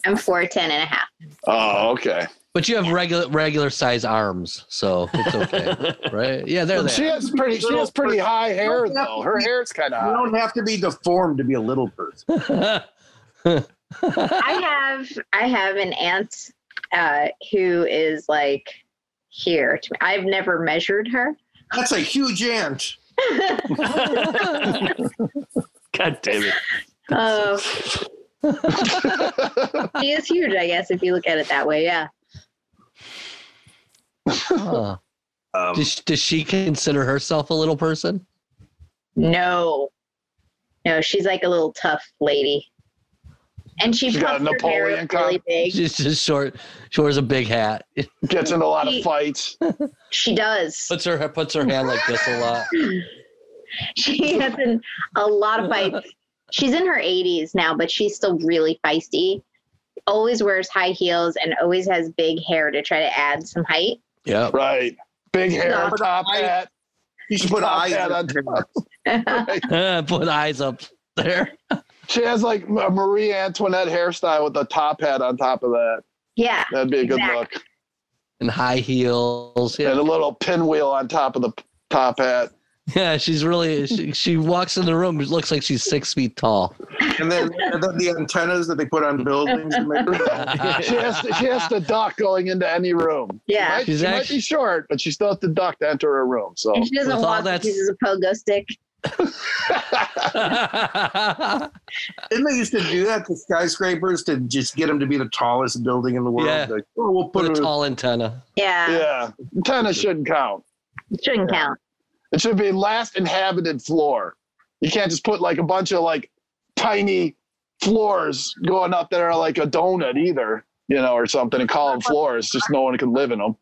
I'm four ten and a half. oh, okay. But you have regular regular size arms, so it's okay, right? Yeah, they're She there. has pretty she has pretty high hair though. Her hair's kind of you high. don't have to be deformed to be a little person I have I have an aunt uh, who is like here. To me. I've never measured her. that's a huge ant God damn it. Oh, She is huge, I guess, if you look at it that way. Yeah. Huh. Um, Does, does she consider herself a little person? No. No, she's like a little tough lady. And she She got puffs a her hair Napoleon up really cup. big. She's just short. She wears a big hat. Gets into a lot of fights. She does. Puts her puts her hand like this a lot. She has in a lot of fights. She's in her 80s now, but she's still really feisty. Always wears high heels and always has big hair to try to add some height. Yep. Right. Big hair, Yeah. top hat. you should put Top eyes hat on on top. Put eyes up there. She has like a Marie Antoinette hairstyle with a top hat on top of that. yeah. That'd be a good Exactly. look. and high heels. And Yeah, a little pinwheel on top of the p- top hat. yeah she's really she, she walks in the room. It looks like she's six feet tall. and then, and then the antennas that they put on buildings. to make- she has to, she has to duck going into any room. Yeah. Right? She's she might actually- be short, but she still has to duck to enter a room. So And she doesn't With all walk, that- she uses a pogo stick. Didn't they used to do that to skyscrapers to just get them to be the tallest building in the world? Yeah. Like, oh, we'll put Put a it. tall antenna. Yeah. yeah, tennis shouldn't count. It shouldn't count. It should be last inhabited floor. You can't just put like a bunch of like tiny floors going up that are like a donut either, you know, or something, and call them floors. Just no one can live in them.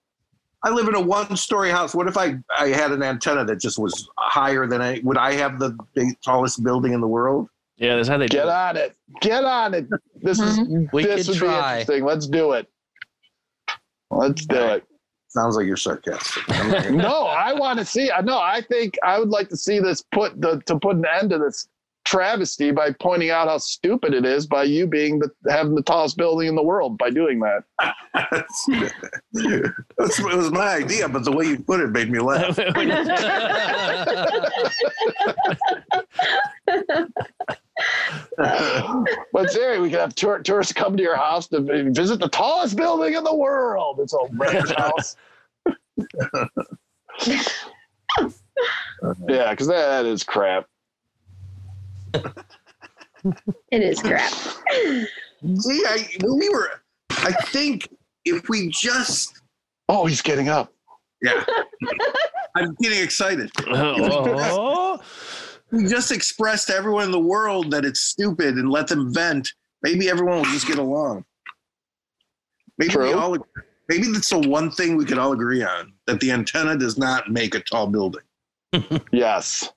I live in a one-story house. What if I I had an antenna that just was higher than I would? I have the big, tallest building in the world. Yeah, that's how they do Get it. on it. Get on it. This is We this would could be try. interesting. Let's do it. Let's do it. Sounds like you're sarcastic. I'm not gonna- No, I want to see. I No, I think I would like to see this put the to put an end to this travesty by pointing out how stupid it is by you being the having the tallest building in the world by doing that. That's- that's- it was my idea, but the way you put it made me laugh. But Jerry, we can have tour, tourists come to your house to visit the tallest building in the world. It's a ranch house. yeah, because that is crap. It is crap. See, I, we were. I think if we just, Oh, he's getting up. I'm getting excited. Oh, We just express to everyone in the world that it's stupid and let them vent. Maybe everyone will just get along. Maybe we True. all. Maybe that's the one thing we could all agree on that the antenna does not make a tall building. Yes.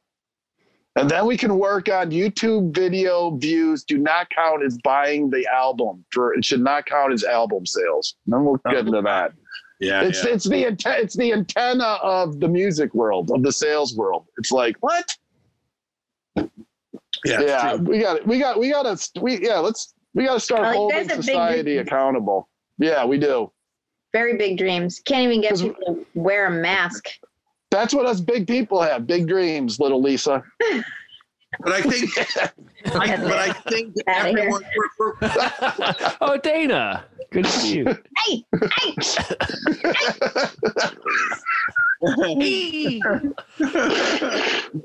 And then we can work on YouTube video views. Do not count as buying the album. For- It should not count as album sales. Then we'll get into that. Uh, Yeah, It's it's the antenna. It's the antenna of the music world, of the sales world. It's like what? yeah, it's yeah, true. we got it. We got we got to we yeah. Let's we got to start Like, holding that's a big society difference. accountable. Yeah, we do. Very big dreams. Can't even get 'Cause- people to wear a mask. That's what us big people have. Big dreams, little Lisa. But I think, I, but I think Outta here. everyone. We're, we're, oh, Dana. Good to see you. Hey, hey.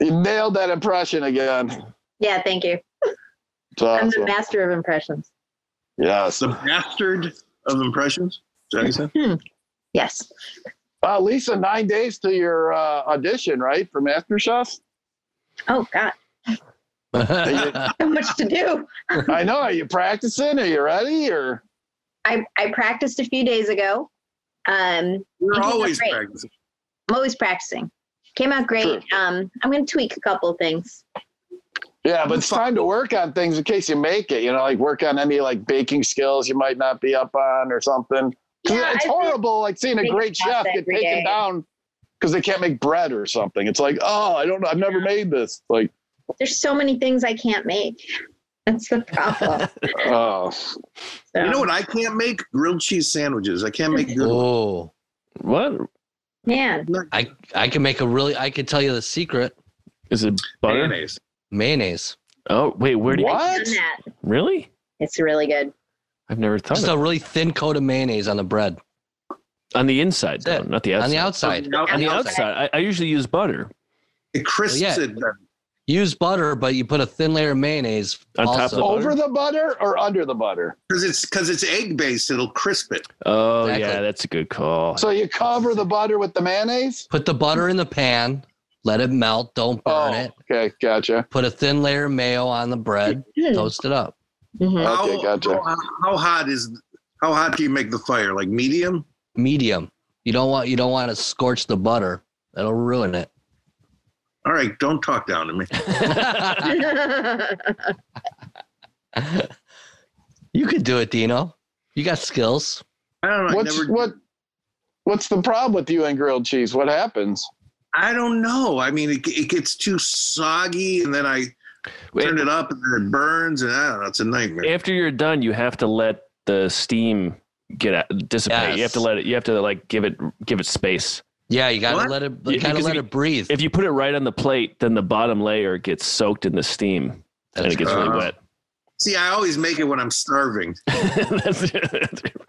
You nailed that impression again. Yeah, thank you. It's I'm awesome. the master of impressions. Yes. the mastered of impressions. Is that what you said? Yes. Uh, Lisa, nine days to your uh, audition, right, for MasterChef? Oh God, so much to do. I know. Are you practicing? Are you ready? Or I I practiced a few days ago. Um, We're Thank you, always great. practicing. I'm always practicing. Came out great. Sure. Um, I'm gonna tweak a couple things. yeah, but it's time to work on things in case you make it. You know, like work on any like baking skills you might not be up on or something. 'Cause Yeah, it's I've been- horrible, like seeing a baking great chef pasta get every taken day. down because they can't make bread or something. It's like, oh, I don't know, I've never made this. Like, There's so many things I can't make. That's the problem. oh, So, You know what I can't make? Grilled cheese sandwiches. I can't make good. ones. oh, what man. I I can make a really. I could tell you the secret is it? Butter. Mayonnaise. mayonnaise. Oh, wait. Where do you? what? Done that. Really? It's really good. I've never thought Just of a really thin coat of mayonnaise on the bread on the inside, That's though, it. not the outside. on the outside. Now- On the outside. outside, I, I usually use butter. It crisps Yeah. it. then. use butter, but you put a thin layer of mayonnaise On top also. The of Over the butter or under the butter? because it's because it's egg based. It'll crisp it. Oh Exactly. yeah, that's a good call. So you cover the butter with the mayonnaise? Put the butter in the pan, let it melt, don't Oh, burn it. okay, gotcha. Put a thin layer of mayo on the bread, toast it up. Mhm. Okay, how, gotcha. How, how hot is how hot do you make the fire? Like medium? Medium. You don't want you don't want to scorch the butter. That'll ruin it. All right, don't talk down to me. you could do it, Dino. You got skills. I don't know. I, What's never, what? What's the problem with you and grilled cheese? What happens? I don't know. I mean, it, it gets too soggy, and then I turn Wait, it up, and then it burns, and I don't know. It's a nightmare. after you're done, you have to let the steam get out, dissipate. You have to Yes. let it. You have to like give it give it space. Yeah, you gotta What? let it. Yeah, You gotta because let if it breathe. If you put it right on the plate, then the bottom layer gets soaked in the steam and That's it gets right. really Uh, wet. See, I always make it when I'm starving. That's-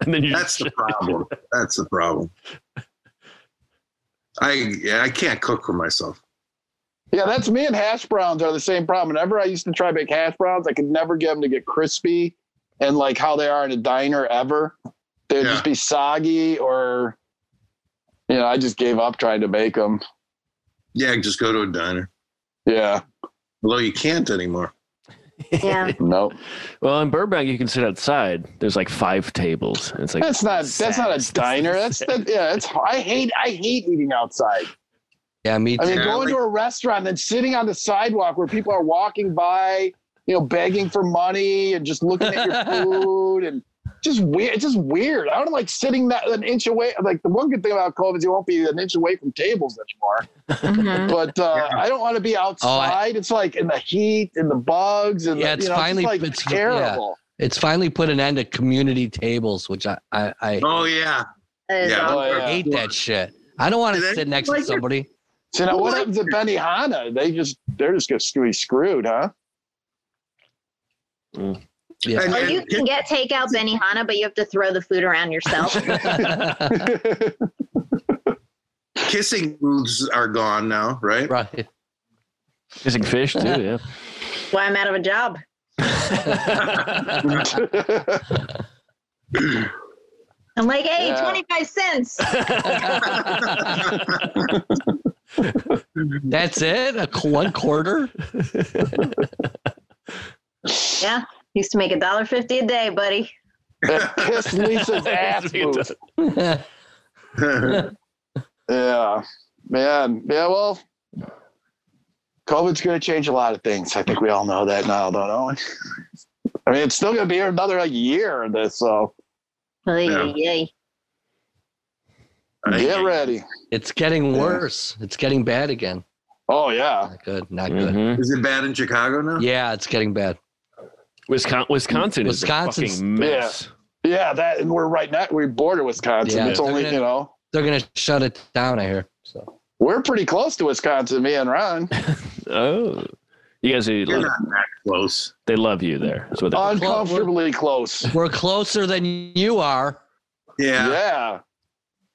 and then you That's the problem. That's the problem. I yeah, I can't cook for myself. Yeah, that's me and hash browns are the same problem. Whenever I used to try to make hash browns, I could never get them to get crispy and like how they are in a diner ever. They'd Yeah. just be soggy or, you know, I just gave up trying to make them. Yeah, just go to a diner. Yeah, Although you can't anymore. Yeah. no, well, in Burbank, you can sit outside. There's like five tables. And it's like that's not that's not a sad. diner. That's that, yeah, that's I hate I hate eating outside. yeah, me I too. mean, Yeah, going like- to a restaurant and sitting on the sidewalk where people are walking by, you know, begging for money and just looking at your food and just weird. It's just weird. I don't like sitting that an inch away. Like the one good thing about COVID is you won't be an inch away from tables anymore. Mhm. But uh, Yeah. I don't want to be outside. it's like in the heat and the bugs and Yeah, the, it's you know, finally- just like it's- yeah. terrible. It's finally put an end to community tables, which I I, I Oh yeah. That is Yeah. awful. Oh, yeah. hate that shit. I don't want Did to sit anyone next like to it? somebody. So now what happens to Benihana? They just they're just gonna be screwed, huh? Yeah. And- Or you and- can get takeout Benihana, but you have to throw the food around yourself. kissing booths are gone now, right? right. Kissing fish, too, yeah. Why I'm out of a job. I'm like, hey, Yeah. 25 cents. That's it? A qu- one quarter? Yeah. Used to make a dollar fifty a day, buddy. That pissed Lisa's ass It boots. does. Yeah, man. Yeah, well, COVID's going to change a lot of things. I think we all know that now, don't we? I mean, it's still going to be here another like, year of this, so Oy, Yeah. oy, oy. I- get ready. It's getting worse. It's getting bad again. Oh, yeah. Not good. Not good. Mhm. Is it bad in Chicago Mm-hmm. now? Yeah, it's getting bad. Wisconsin, Wisconsin is a Wisconsin's- fucking mess. Yeah, that, and we're right now, we border Wisconsin. Yeah. it's only, you know, They're gonna shut it down, I hear. So we're pretty close to Wisconsin, me and Ron. Oh, you guys, are, You're not that close. they love you there. That's what they- Uh, Uncomfortably close. we're closer than you are. Yeah. Yeah.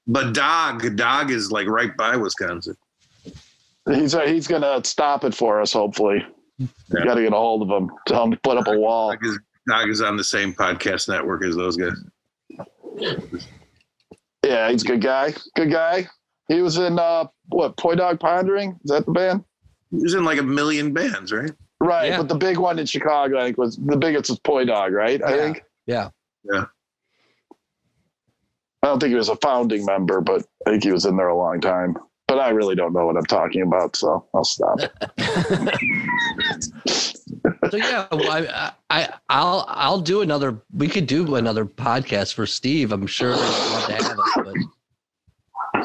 But Dog, Dog is like right by Wisconsin. He's, he's going to stop it for us, hopefully. Yeah. Got to get a hold of him. Tell him to put up a wall. Dog is, Dog is on the same podcast network as those guys. Yeah, he's a good guy. Good guy. He was in uh what, Poi Dog Pondering? Is that the band? He was in like a million bands, right? Right, Yeah. but the big one in Chicago, I think, was the biggest was Poi Dog, right? I Yeah. think. Yeah. Yeah. I don't think he was a founding member, but I think he was in there a long time. But I really don't know what I'm talking about, so I'll stop. So yeah, well, I, I I'll I'll do another. We could do another podcast for Steve. I'm sure he'd love to have it, but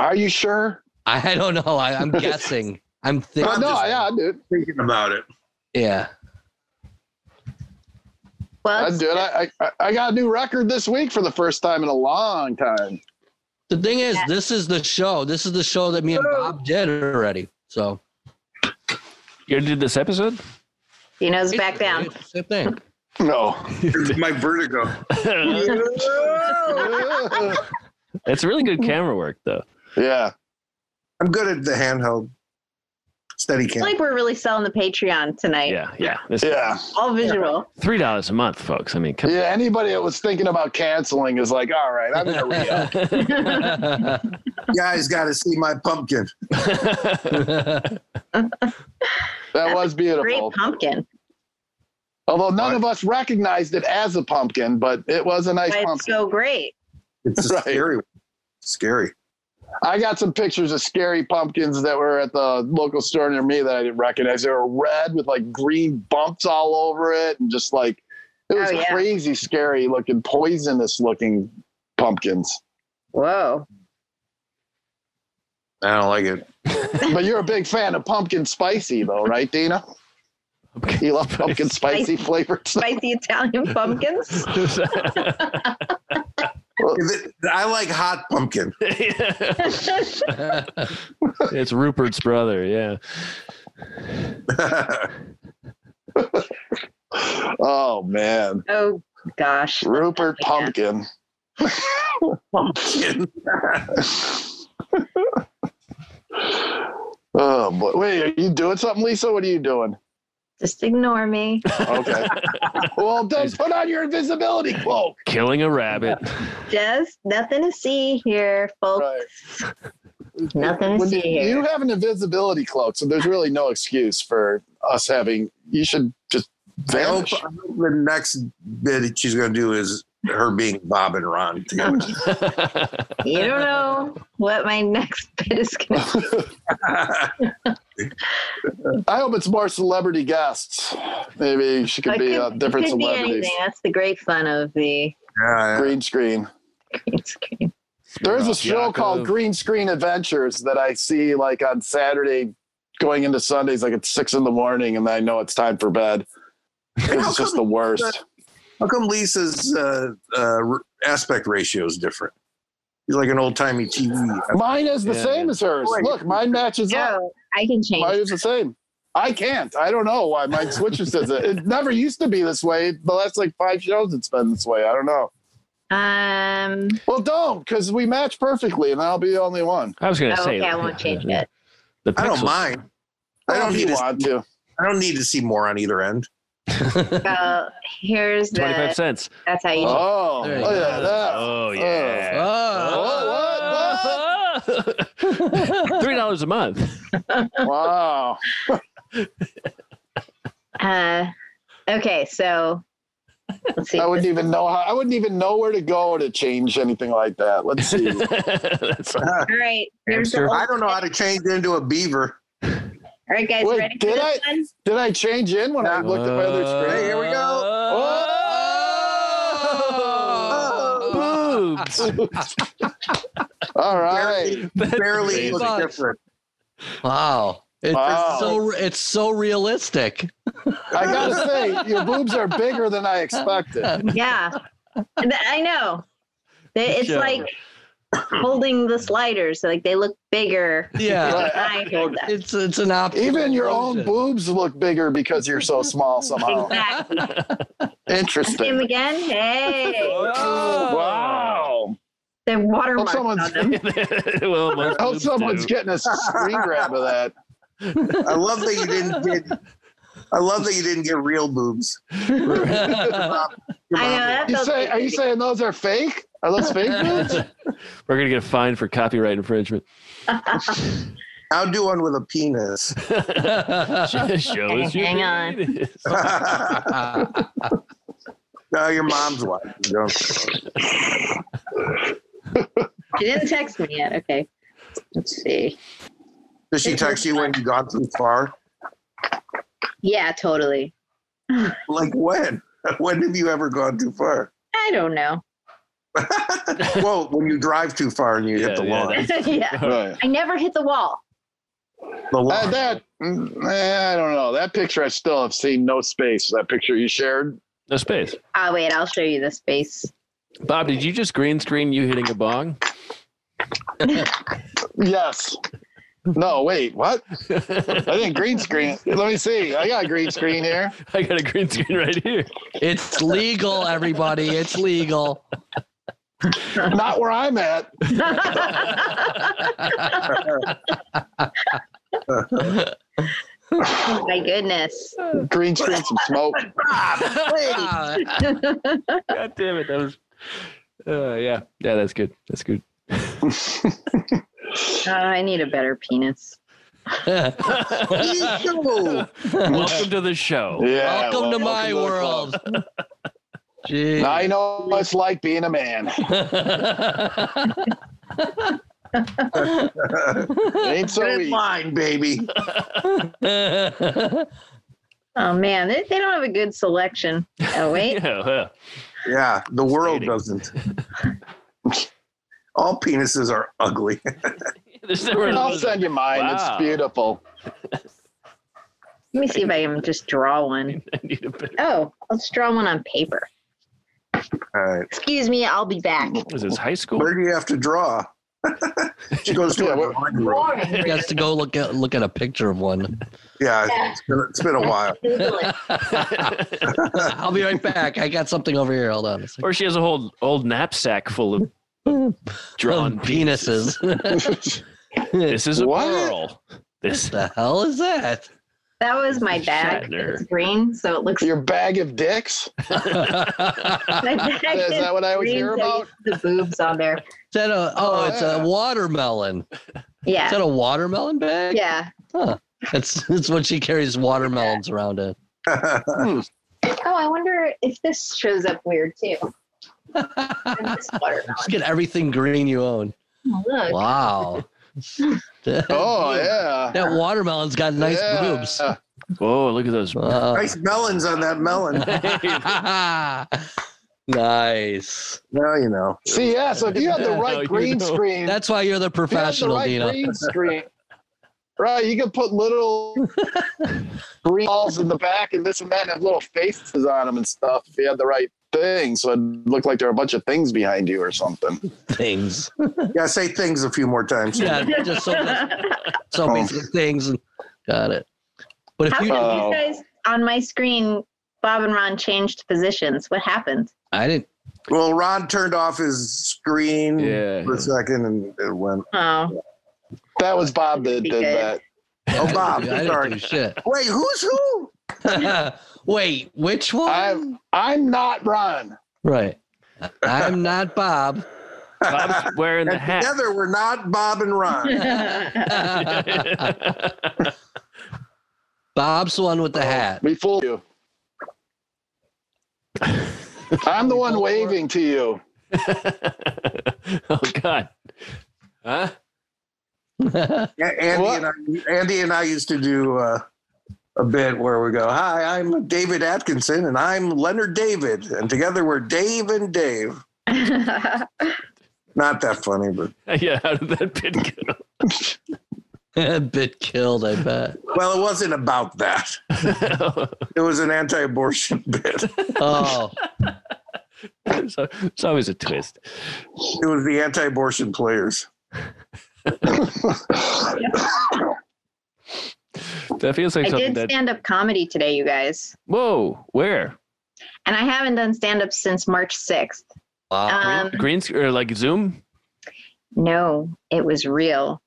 Are you sure? I don't know. I, I'm guessing. I'm thinking. Oh, no, yeah, I'd do it. Thinking about it. Yeah. Well, I'd do it. I, I, I got a new record this week for the first time in a long time. The thing is, this is the show. This is the show that me and Bob did already. So You already did this episode? he knows back down. Same thing. No. It's my vertigo. It's really good camera work, though. yeah. I'm good at the handheld. Steady It's like we're really selling the Patreon tonight. Yeah, yeah. This Yeah. All visual. three dollars a month, folks. I mean, come Yeah. Anybody that was thinking about canceling is like, all right, I'm going to re up. guys got to see my pumpkin. That was Great beautiful. pumpkin. Although none of us recognized it as a pumpkin, but it was a nice But it's pumpkin. so great. It's a Right. scary. One. Scary. I got some pictures of scary pumpkins that were at the local store near me that I didn't recognize. They were red with like green bumps all over it and just like it was Oh, yeah. crazy scary looking, poisonous looking pumpkins. Whoa. I don't like it. But you're a big fan of pumpkin spicy though, right, Dina? You love pumpkin spicy flavored stuff. Spicy Italian pumpkins. If it- I like hot pumpkin. it's Rupert's brother. Yeah, Oh man. oh gosh. Rupert Yeah. Pumpkin. pumpkin. Oh boy. Wait, are you doing something, Lisa? What are you doing? Just ignore me. Okay. well, then put on your invisibility cloak. killing a rabbit. Just nothing to see here, folks. Right. Nothing to When see you here. have an invisibility cloak, so there's really no excuse for us having. You should just I hope, vanish. I hope the next bit that she's going to do is her being Bob and Ron together. You don't know what my next bit is going to I hope it's more celebrity guests. Maybe she could It be could- uh, it different could be celebrities. anything. That's the great fun of the Yeah, yeah. Green screen. green screen. There is a Ralph show called Yaakov. Green Screen Adventures that I see like on Saturday going into Sundays, like at six in the morning, and I know it's time for bed. How It's just the come- worst. How come Lisa's uh, uh, r- aspect ratio is different? She's like an old timey TV. Mine is the Yeah. same as hers. Look, mine matches up. No, I can change. Mine is the same. I can't. I don't know why mine switches to it. It never used to be this way. The last like five shows, it's been this way. I don't know. Um. Well, don't, because we match perfectly, and I'll be the only one. I was gonna oh, say. okay, I won't change it. The I don't pixels- mind. I don't If you need to. want to. I don't need to see more on either end. So here's Twenty-five the. cents. That's how you. do it. Oh, There you look go. at that. uh, Oh Oh, yeah. Three dollars a month. Wow. Uh, okay, so let's see. I wouldn't even know how. I wouldn't even know where to go to change anything like that. Let's see. That's All right, here's the Hamster. old- I don't know how to change into a beaver. All right, guys, Wait, ready for did this I- one? Did I change in when I looked at my other Hey, screen? here we go. Oh, boobs. All right. Barely amazing. looks different. Wow. It- Wow. It's so it's so realistic. I gotta say, your boobs are bigger than I expected. Yeah, And th- I know. They- It's Yeah. like holding the sliders, like they look bigger. Yeah. than I hold them. It's it's an option. Even your own boobs look bigger because you're so small somehow. Exactly. Same Interesting. again. Oh, Hey, Oh. Wow. the watermark someone's- on them. well, most I hope boobs someone's do. getting a screen grab of that. I love that you didn't get. I love that you didn't get real boobs. I know that You feels say, are you saying those are fake? Are those fake boobs? We're gonna get fined for copyright infringement. I'll do one with a penis. Show us your Hang on. penis. no, your mom's wife. You don't- She didn't text me yet. Okay, let's see. Does she text you when you gone too far? Yeah, totally. Like when? When have you ever gone too far? I don't know. well, when you drive too far and you hit the Yeah, yeah, lawn. yeah, Right. I never hit the wall. The lawn. Uh, that mm, eh, I don't know. That picture I still have seen no space. That picture you shared. No space. Ah, wait, I'll show you the space. Bob, did you just green screen you hitting a bong? Yes. No, wait. What? I didn't green screen. it. Let me see. I got a green screen here. I got a green screen right here. it's legal, everybody. It's legal. Not where I'm at. Oh All Oh my goodness. Green screen, some smoke. God damn it. That was. Uh, yeah. Yeah, that's good. That's good. Uh, I need a better penis. Ew. Welcome to the show. Yeah. Welcome well, to my the club. world. Jeez. Now I know what it's like being a man. It ain't so Red easy. line, baby. Oh man, they, they don't have a good selection. Oh wait. Yeah, yeah. Yeah, the world Stating. doesn't. All penises are ugly. There's never I'll send you mine. Wow. It's beautiful. Let me see if I can just draw one. I need a better. Oh, let's draw one on paper. All right. Excuse me, I'll be back. Was this high school? Where do you have to draw? she goes to Yeah, a what- drawing room. He has to go look at look at a picture of one. Yeah, it's been, it's been a while. I'll be right back. I got something over here. Hold on. a second. Or she has a whole old knapsack full of drawn Of Oh, penises. This is a What? pearl. This the hell is that? That was my bag. Shatner. It's green, so it looks Your bag of dicks? is my bag Is that what I would green, hear so you about? see the boobs on there. that a, oh, Oh, it's yeah. a watermelon. Is Yeah. that a watermelon bag? Yeah. That's that's what she carries watermelons around in. Oh, I wonder if this shows up weird too. This watermelon. Just get everything green you own. Oh, Look. Wow. Oh, yeah. That watermelon's got nice Yeah. boobs. whoa, look at those. Uh, nice melons on that melon. nice. Now you know. See, yeah. So if you had the Yeah, right you green know. screen, That's why you're the if you had the professional, right Dino. green screen. Right, you could put little green balls in the back and this and that, and have little faces on them and stuff. If you had the right thing, so it looked like there were a bunch of things behind you or something. Things. Yeah, say things a few more times. Yeah, just so, so basic things. And, got it. But if How you, about- come Oh. you guys on my screen, Bob and Ron changed positions? What happened? I didn't. Well, Ron turned off his screen Yeah. for a second and it went. Oh, That was Bob that did that. Oh, I Bob, didn't do sorry. shit. Wait, who's who? Wait, which one? I'm I'm not Ron. right. I'm not Bob. Bob's wearing the And hat. together we're not Bob and Ron. Bob's the one with the hat. We fooled you. I'm the one waving to you. oh God. Huh? A- Andy What? and I, Andy and I used to do uh, a bit where we go, "Hi, I'm David Atkinson, and I'm Leonard David, and together we're Dave and Dave." Not that funny, but Yeah, how did that bit go? Bit killed, I bet. well, it wasn't about that. It was an anti-abortion bit. Oh, There's al- there's always a twist. It was the anti-abortion players. That feels like I something did that. stand up comedy today, you guys. Whoa, where? And I haven't done stand up since March 6th. wow. Um, Green sc- or like Zoom? no, it was real.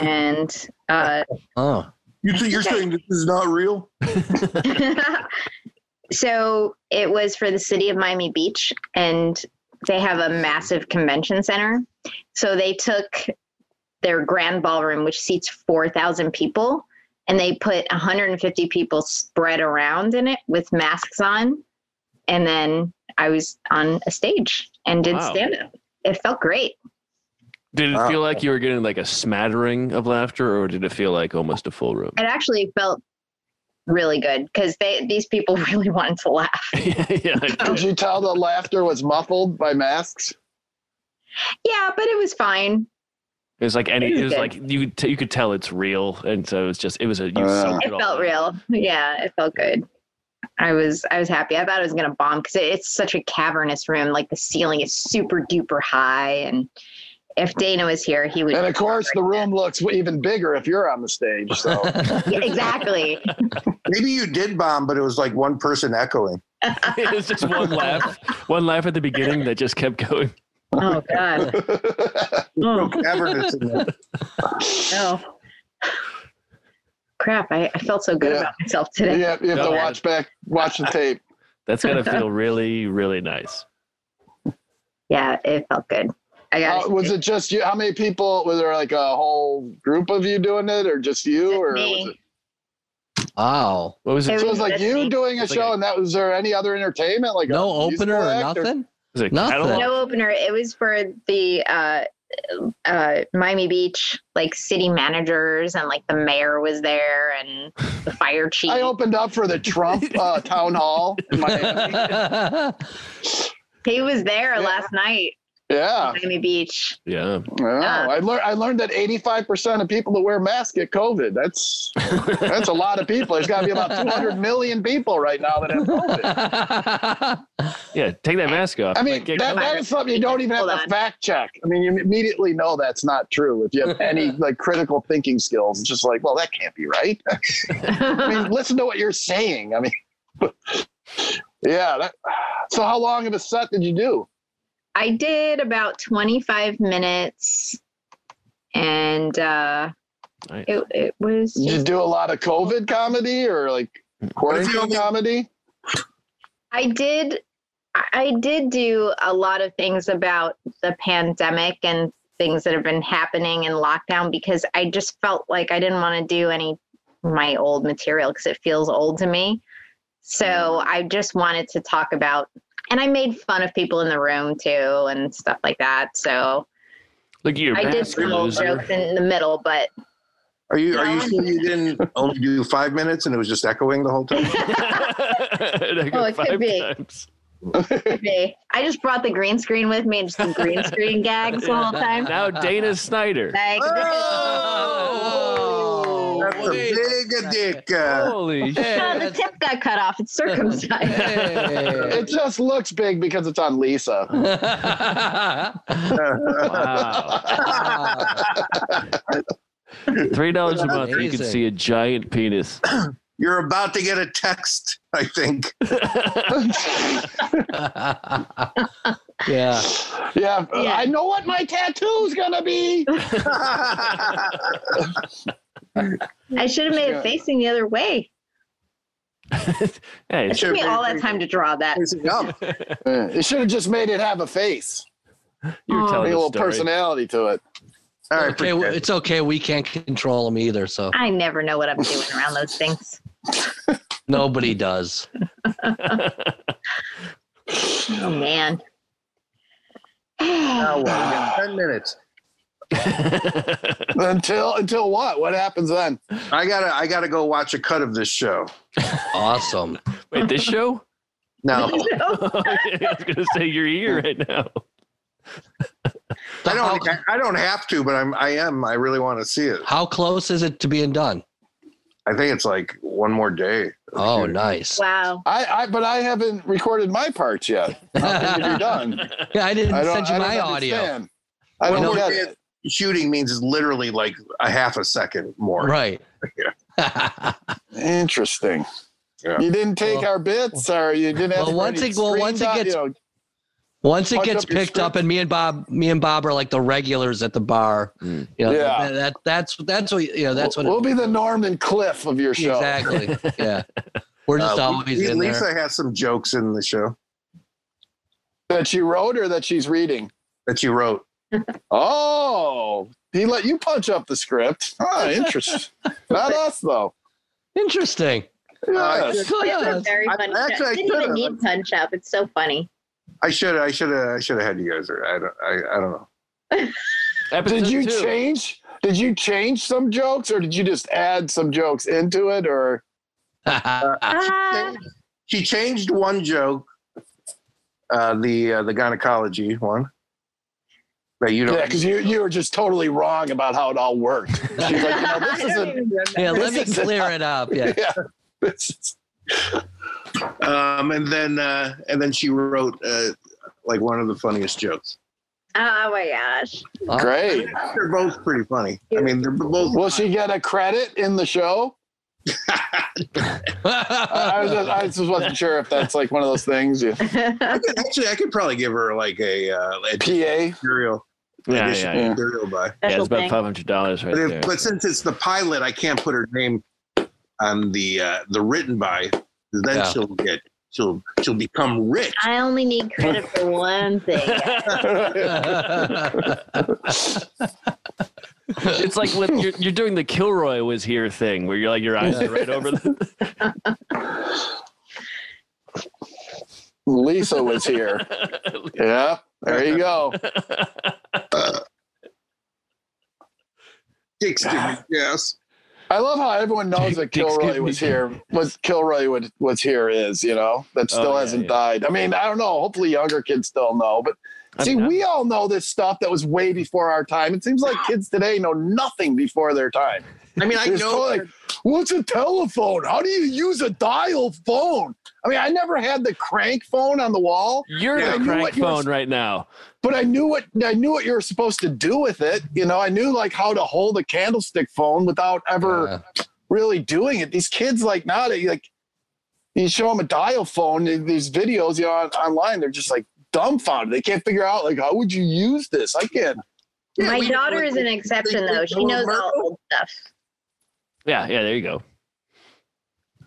and uh, oh. You think you're saying this is not real? so it was for the city of Miami Beach, and they have a massive convention center. So they took their grand ballroom, which seats 4,000 people, and they put 150 people spread around in it with masks on. And then I was on a stage and did Wow. stand up. It felt great. Did it Wow. feel like you were getting like a smattering of laughter, or did it feel like almost a full room? It actually felt really good because they these people really wanted to laugh. yeah, yeah, I Did did. you tell the laughter was muffled by masks? Yeah, but it was fine. it was like any. It was Okay. like you. T- you could tell it's real, and so it's just. It was a. You Uh. soaked it all felt in. real yeah it felt good i was i was happy i thought it was gonna bomb because it, it's such a cavernous room like the ceiling is super duper high and if dana was here he would And of course, the room looks even bigger if you're on the stage. So Oh. Yeah, exactly Maybe you did bomb, but it was like one person echoing. it was just one laugh, one laugh at the beginning that just kept going. oh god Oh, Oh. No cavernous in there. no crap, I, I felt so good Yeah. about myself today. Yeah, you have to No. watch back, watch the tape. That's gonna feel really, really nice. Yeah, it felt good. I got How, Uh, was it just you? How many people? Was there like a whole group of you doing it, or just you, Just or me. was it? Wow. What was it? So it Was was like Just you me. doing a It's like show, a- and that was there any other entertainment, like a No musical opener or act nothing? it a Nothing. catalog? no opener. It was for the uh, uh, Miami Beach, like city managers, and like the mayor was there and the fire chief. I opened up for the Trump uh, town hall in Miami. he was there Yeah. last night, Yeah, Miami Beach. Yeah. yeah. I learned. I learned that eighty-five percent of people that wear masks get COVID. That's that's a lot of people. There's got to be about two hundred million people right now that have COVID. Yeah. Take that mask off. I You mean, might get that, COVID. that is something you don't even have Hold on. to fact check. I mean, you immediately know that's not true if you have any like critical thinking skills. It's just like, well, that can't be right. I mean, listen to what you're saying. I mean, yeah. That, so, how long of a set did you do? I did about 25 minutes and uh, Nice. it, it was Did you just, do a lot of COVID comedy or like quarantine only- comedy? I did I- I did do a lot of things about the pandemic and things that have been happening in lockdown because I just felt like I didn't want to do any my old material because it feels old to me. So I just wanted to talk about and I made fun of people in the room too and stuff like that. So Look at your I did mask, some old loser. jokes in the middle, but Are you are you No. sure you didn't only do five minutes and it was just echoing the whole time? oh, Oh, it could be. Be. I just brought the green screen with me and just the green screen gags the whole time. Now Dana Snyder. Like, Oh, Oh, that's a wait a big a dick. Uh, Holy shit. no, the tip got cut off. It's circumcised. It just looks big because it's on Lisa. uh, Wow. Three dollars a month, you can Amazing. see a giant penis. you're about to get a text, I think. yeah. yeah, Yeah. I know what my tattoo's gonna be. I should have made it facing the other way. hey, It it's- took me all that time to draw that. Yum. Yeah, It should have just made it have a face, you were Oh. like telling a a little story. personality to it. All right, Okay, well, it's okay. We can't control them either, so I never know what I'm doing around those things. nobody does. Oh man. now what? We got ten minutes. Until until what? What happens then? I gotta I gotta go watch a cut of this show. Awesome. Wait, this show? No, I was gonna say you're here right now. I don't. I don't have to, but I'm. I am. I really want to see it. How close is it to being done? I think it's like one more day. Oh, nice. Wow. I, I but I haven't recorded my parts yet. How can you be done? Yeah, I didn't I don't. send you I don't my audio. understand. I One don't more get day it. of shooting means is literally like a half a second more. Right. Interesting. Yeah. You didn't take Well- our bits, or you didn't have Well, once any it- well, once it screenshot, gets- you know, Once it Punch gets up your picked up, script. and me and Bob, me and Bob are like the regulars at the bar. Mm. You know, Yeah. That, that- that's that's what you know. That's what. we'll, we'll be the Norman Cliff of your show. exactly. Yeah. We're just Uh, always Lisa in there. has some jokes in the show That you wrote or that she's reading. that you wrote. Oh, he let you punch up the script. Oh, interesting. Not us though. Interesting. Yes. Oh, It's yeah, a that's- very I- funny. actually, show. I It didn't even could've. need punch up. It's so funny. I should. I should. I should have had you guys. I don't. I, I don't know. Episode Did you two. change? Did you change some jokes, or did you just add some jokes into it? Or Uh, Ah, She changed one joke. Uh, the uh, the gynecology one. That you don't. yeah, because you you were just totally wrong about how it all worked. She's like, you know, I this don't isn't. even remember. yeah, let me This is- clear it up. Yeah. Yeah, this is- Um, and then uh, and then she wrote uh, like one of the funniest jokes. Oh my gosh. great. They're both pretty funny. I mean, they're both. Will she get a credit in the show? I, I was just, I just wasn't sure if that's like one of those things. You, I could, actually, I could probably give her like a uh, a PA. material Yeah, yeah, additional yeah. material buy. Yeah, Special it's about thing. five hundred dollars right But, there. if, but since it's the pilot, I can't put her name on the uh, the written by, then Yeah. she'll get she'll she'll become rich. I only need credit for one thing. It's like when you're, you're doing the Kilroy was here thing where you're like your eyes are right over the Lisa was here. yeah, there you go. Dicks didn't yes. I love how everyone knows that Dick's Kilroy giving was me- here. What Kilroy would, was here is, you know, that Oh, still yeah, hasn't yeah. died. I mean, I don't know. Hopefully, younger kids still know. But I see, mean, I- we all know this stuff that was way before our time. It seems like kids today know nothing before their time. I mean, I It's know. totally like, what's a telephone? How do you use a dial phone? I mean, I never had the crank phone on the wall, You're Yeah, I the knew crank what you were phone right now. but I knew what I knew what you were supposed to do with it. You know, I knew like how to hold a candlestick phone without ever Yeah. really doing it. These kids like now they like you show them a dial phone. and These videos, you know, on, online, they're just like dumbfounded. They can't figure out like how would you use this. I can't. Yeah, My we- daughter is an exception, though. She knows all old stuff. Yeah, yeah, there you go.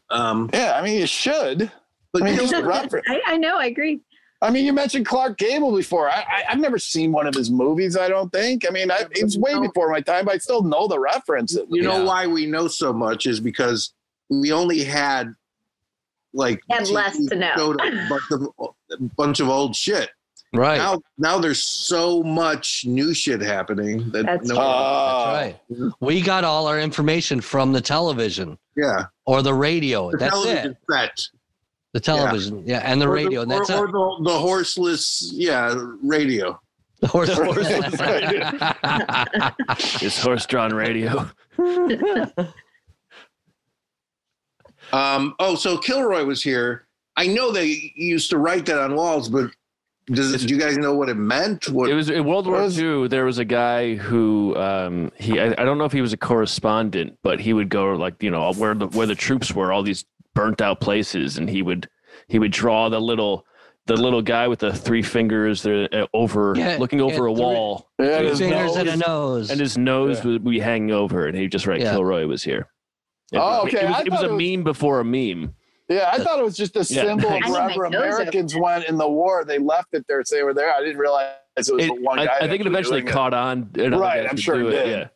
Um, Yeah, I mean you should. but I mean, you know, just refer- I, I know. I agree. I mean, you mentioned Clark Gable before. I, I, I've never seen one of his movies. I don't think. I mean, I, it's way before my time, but I still know the references. you know Yeah. why we know so much is because we only had like We had less to know. showed a bunch of, a bunch of old shit. Right. Now, now there's so much new shit happening that That's no, true. Uh, That's right. We got all our information from the television yeah, or the radio. the that's television it. set. The television, yeah, and the Or radio, and that's or, or it. the, the horseless, yeah, radio. The horse. Horse- It's horse drawn radio. Um, oh, so Kilroy was here. I know they used to write that on walls, but does do you guys know what it meant? What It was in World War Was- II. There was a guy who um, he I, I don't know if he was a correspondent, but he would go like you know where the where the troops were, all these burnt out places, and he would he would draw the little the little guy with the three fingers there uh, over Yeah, looking over yeah, a three- wall, yeah, Two there's fingers no- and a nose. and his nose Yeah. would be hanging over, and he just write Yeah. Kilroy was here. It- Oh, I mean, okay. It was, I it was thought a it was- meme before a meme. Yeah, I thought it was just a Yeah. symbol I of mean, like, wherever those are- Americans went in the war. They left it there, so they were there. I didn't realize it was It- the one I, guy. I think it that was eventually doing caught on. and other Right, guys I'm would sure do it did. Yeah.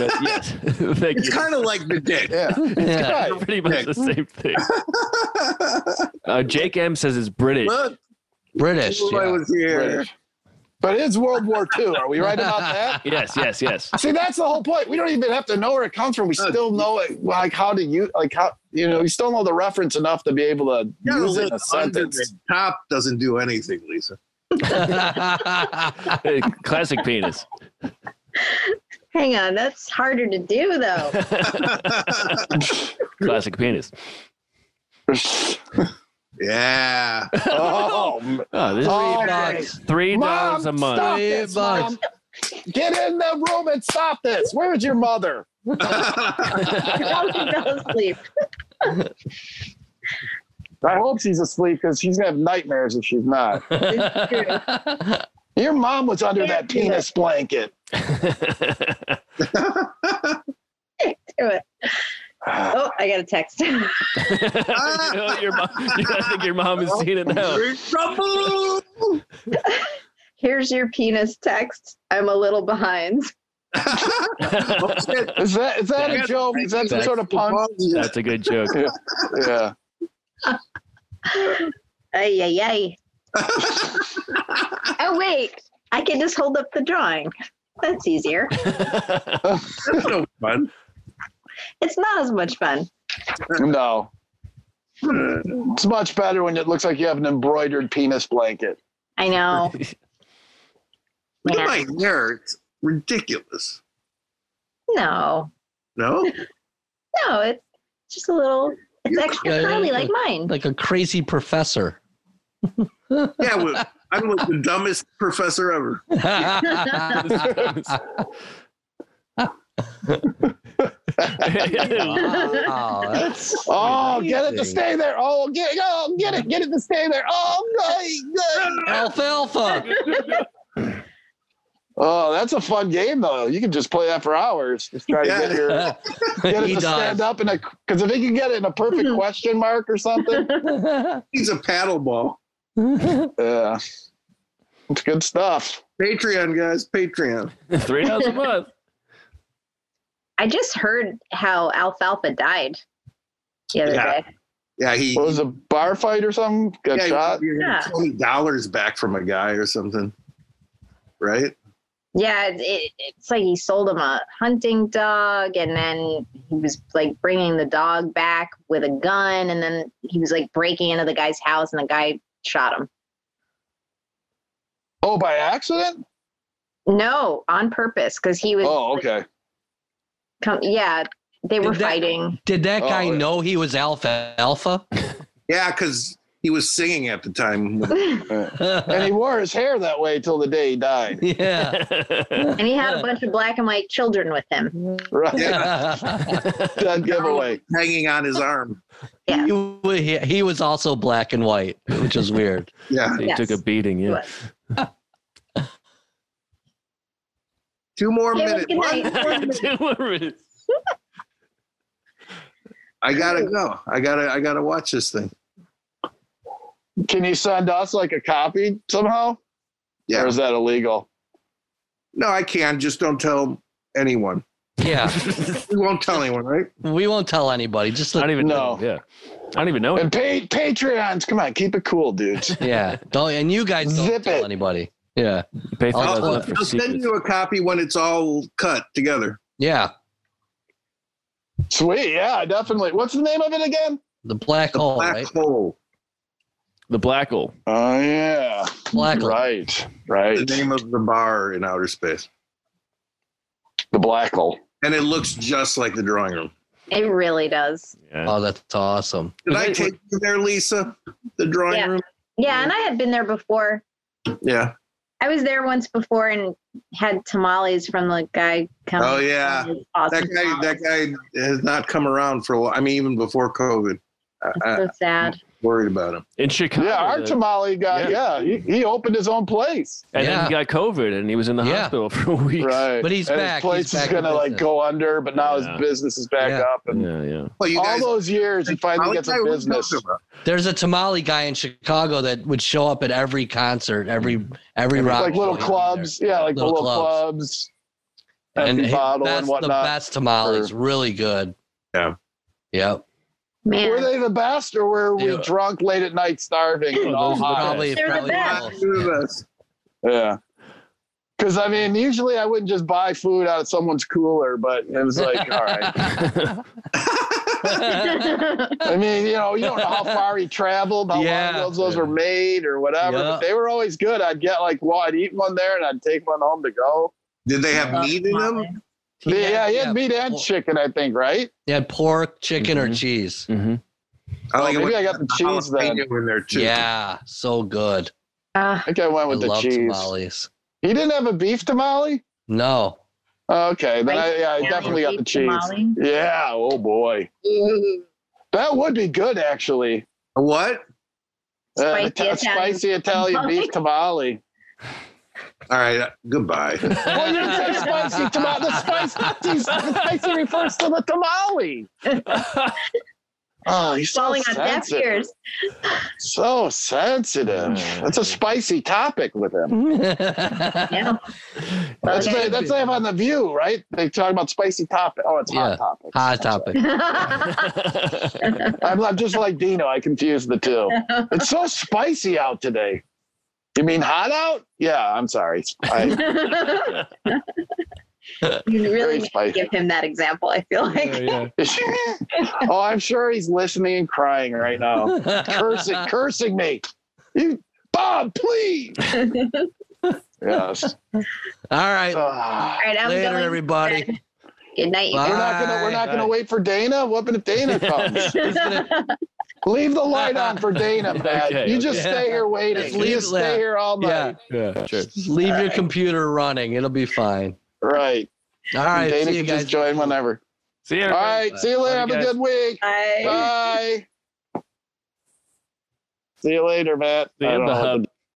But yes, thank it's you. kind of like the dick. Yeah, yeah. Right. pretty much the same thing. Uh, Jake M says it's British. Look, British. Kilroy yeah. was here. British. But it's World War II. Are we right about that? Yes, yes, yes. See, that's the whole point. We don't even have to know where it comes from. We Uh, still know it, like how to use, like how you know, we still know the reference enough to be able to You gotta use it live in a under sentence. the Top doesn't do anything, Lisa. Hey, Uh, Classic penis. Hang on, that's harder to do though. Classic penis. yeah. oh, m- Oh, this is oh, bucks. three Mom, dollars a month. Stop Three this, Mom. Get in the room and stop this. Where's your mother? Don't go to sleep. I hope she's asleep because she's gonna have nightmares if she's not. Your mom was under that penis blanket. Do it. Ah. Oh, I got a text. You know, your mom, I think your mom has seen it now. You're in trouble. Here's your penis text. I'm a little behind. Oh, shit. Is that is that Yeah. a joke? Is that some sort of pun? Yeah. That's a good joke. Yeah. Ay, yay, yay. Oh, wait. I can just hold up the drawing. That's easier. That's no fun. It's not as much fun. No. It's much better when it looks like you have an embroidered penis blanket. I know. Look Yeah. at my hair. It's ridiculous. No. No? No, it's just a little, it's You- extra Yeah, yeah, curly yeah. like mine. like a crazy professor. Yeah, well, I'm like the dumbest professor ever. wow, that's Oh, get it to amazing. stay there. Oh, get oh, get it, get it to stay there. Oh, my God. Alfalfa. Oh, that's a fun game though. You can just play that for hours. Just try to Yeah. get your get it he to stand does. up in a because if he can get it in a perfect question mark or something, He's a paddle ball. yeah, it's good stuff. Patreon guys, Patreon. Three dollars a month. I just heard how Alfalfa died the other Yeah. day. Yeah, he What was it, a bar fight or something? Got yeah, he- shot. you're Yeah. twenty dollars back from a guy or something, right? Yeah, it- it, it's like he sold him a hunting dog, and then he was like bringing the dog back with a gun, and then he was like breaking into the guy's house, and the guy shot him. Oh, by accident? No, on purpose, because he was. Oh, okay. Come, yeah, they were Did that- fighting. Did that Oh, guy yeah. know he was alpha alpha? Yeah, because he was singing at the time. And he wore his hair that way till the day he died. yeah. yeah. And he had a bunch of black and white children with him. Right. Dead giveaway. hanging on his arm. Yeah. He, wa- he, he was also black and white, which is weird. Yeah, he Yes. took a beating. Yeah. What? two more Yeah, minutes. good night. One more minute. Two more minutes. I gotta go. I gotta. I gotta watch this thing. Can you send us like a copy somehow? Yeah. Or is that illegal? No, I can. Just don't tell anyone. Yeah. We won't tell anyone, right? we won't tell anybody. Just I let, don't even No. know. Yeah. I don't even Oh, know him. And pay Patreons. Come on, keep it cool, dudes. yeah. Don't and you guys don't Zip tell it. anybody. Yeah. Pay three Oh, dollars I'll- a month for I'll send secrets. you a copy when it's all cut together. Yeah. Sweet, yeah, definitely. What's the name of it again? The black The hole, black right? hole. The black hole. Oh yeah. Black hole. Right. Right. The name of the bar in outer space, the black hole. and it looks just like the drawing room. It really does. Yeah. Uh, Oh, that's awesome. Did Was I it- take you there, Lisa? The drawing Yeah. room. Yeah, and I had been there before. Yeah. I was there once before and had tamales from the guy coming. Oh, yeah. awesome That guy. That guy has not come around for a while. I mean, even before COVID, I, I So sad. worried about him. In Chicago. Yeah, our the- tamale guy, yeah, he, he opened his own place. and then he Yeah. got COVID and he was in the Yeah. hospital for weeks. Right. But he's and back, His place he's back is in gonna like business. go under, but now Yeah. his business is back Yeah. up. And Yeah, yeah. Well, you all guys. those years, he finally gets a business. There's a tamale guy in Chicago that would show up at every concert, every every rock. Like little show he'd be clubs, there. yeah, like Little little clubs, clubs. And empty he- bottle that's and the whatnot. best tamales. Really good. Yeah. Yep. Were Man, they the best, or were we Yeah. drunk late at night, starving, and all Those are the high? Probably, They're the probably best. both. Yeah. Because I mean, usually I wouldn't just buy food out of someone's cooler, but it was like, all right. I mean, you know, you don't know how far he traveled, how Yeah. long those, those were made, or whatever. But Yeah. they were always good. I'd get like, well, I'd eat one there and I'd take one home to go. Did they have meat in them? He yeah, had- yeah, he yeah, had meat and pork. chicken, I think, right? He had pork, chicken, or Mhm. cheese. hmm I Oh, maybe when I got the cheese then. jalapeno in there too. Yeah, so good. Uh, I think I went I with the love cheese. tamales. He didn't have a beef tamale? No, Oh, okay, then I, yeah, I Yeah, definitely got the beef cheese. tamale. Yeah, oh boy. That would be good, actually. A What? Uh, Spicy Ita- Italian spicy Italian beef tamale. All right. uh, Goodbye. Well, you didn't say spicy tamale. The spice, the spicy refers to the tamale. Oh, he's so falling on deaf sensitive. ears. So sensitive. That's a spicy topic with him. Yeah. That's, Okay. they, that's they have on the View, right? They talk about spicy topic. Oh, it's Yeah. hot topics. Hot topic. I'm, I'm just like Dino. I confuse the two. It's so spicy out today. You mean hot out? Yeah, I'm sorry. I, you really Very need to spicy. give him that example. I feel like oh, I'm sure he's listening and crying right now. cursing, cursing me. You, Bob, please. yes. All right. Ah. All right, I'm Later, going. everybody. Good night. you Bye. we're not gonna we're not gonna wait for Dana. What happened if Dana comes? guys. leave the light on for Dana, Matt. Okay, you just okay. stay here waiting. Just You leave just it stay there. here all night. Yeah. yeah, sure. Leave your computer running. It'll be fine. Right. All right. Dana See you can guys. just join whenever. See you. All right. See you later. Love Have you a guys. good week. Bye. Bye. See you later, Matt. See I you don't in the know what hub. to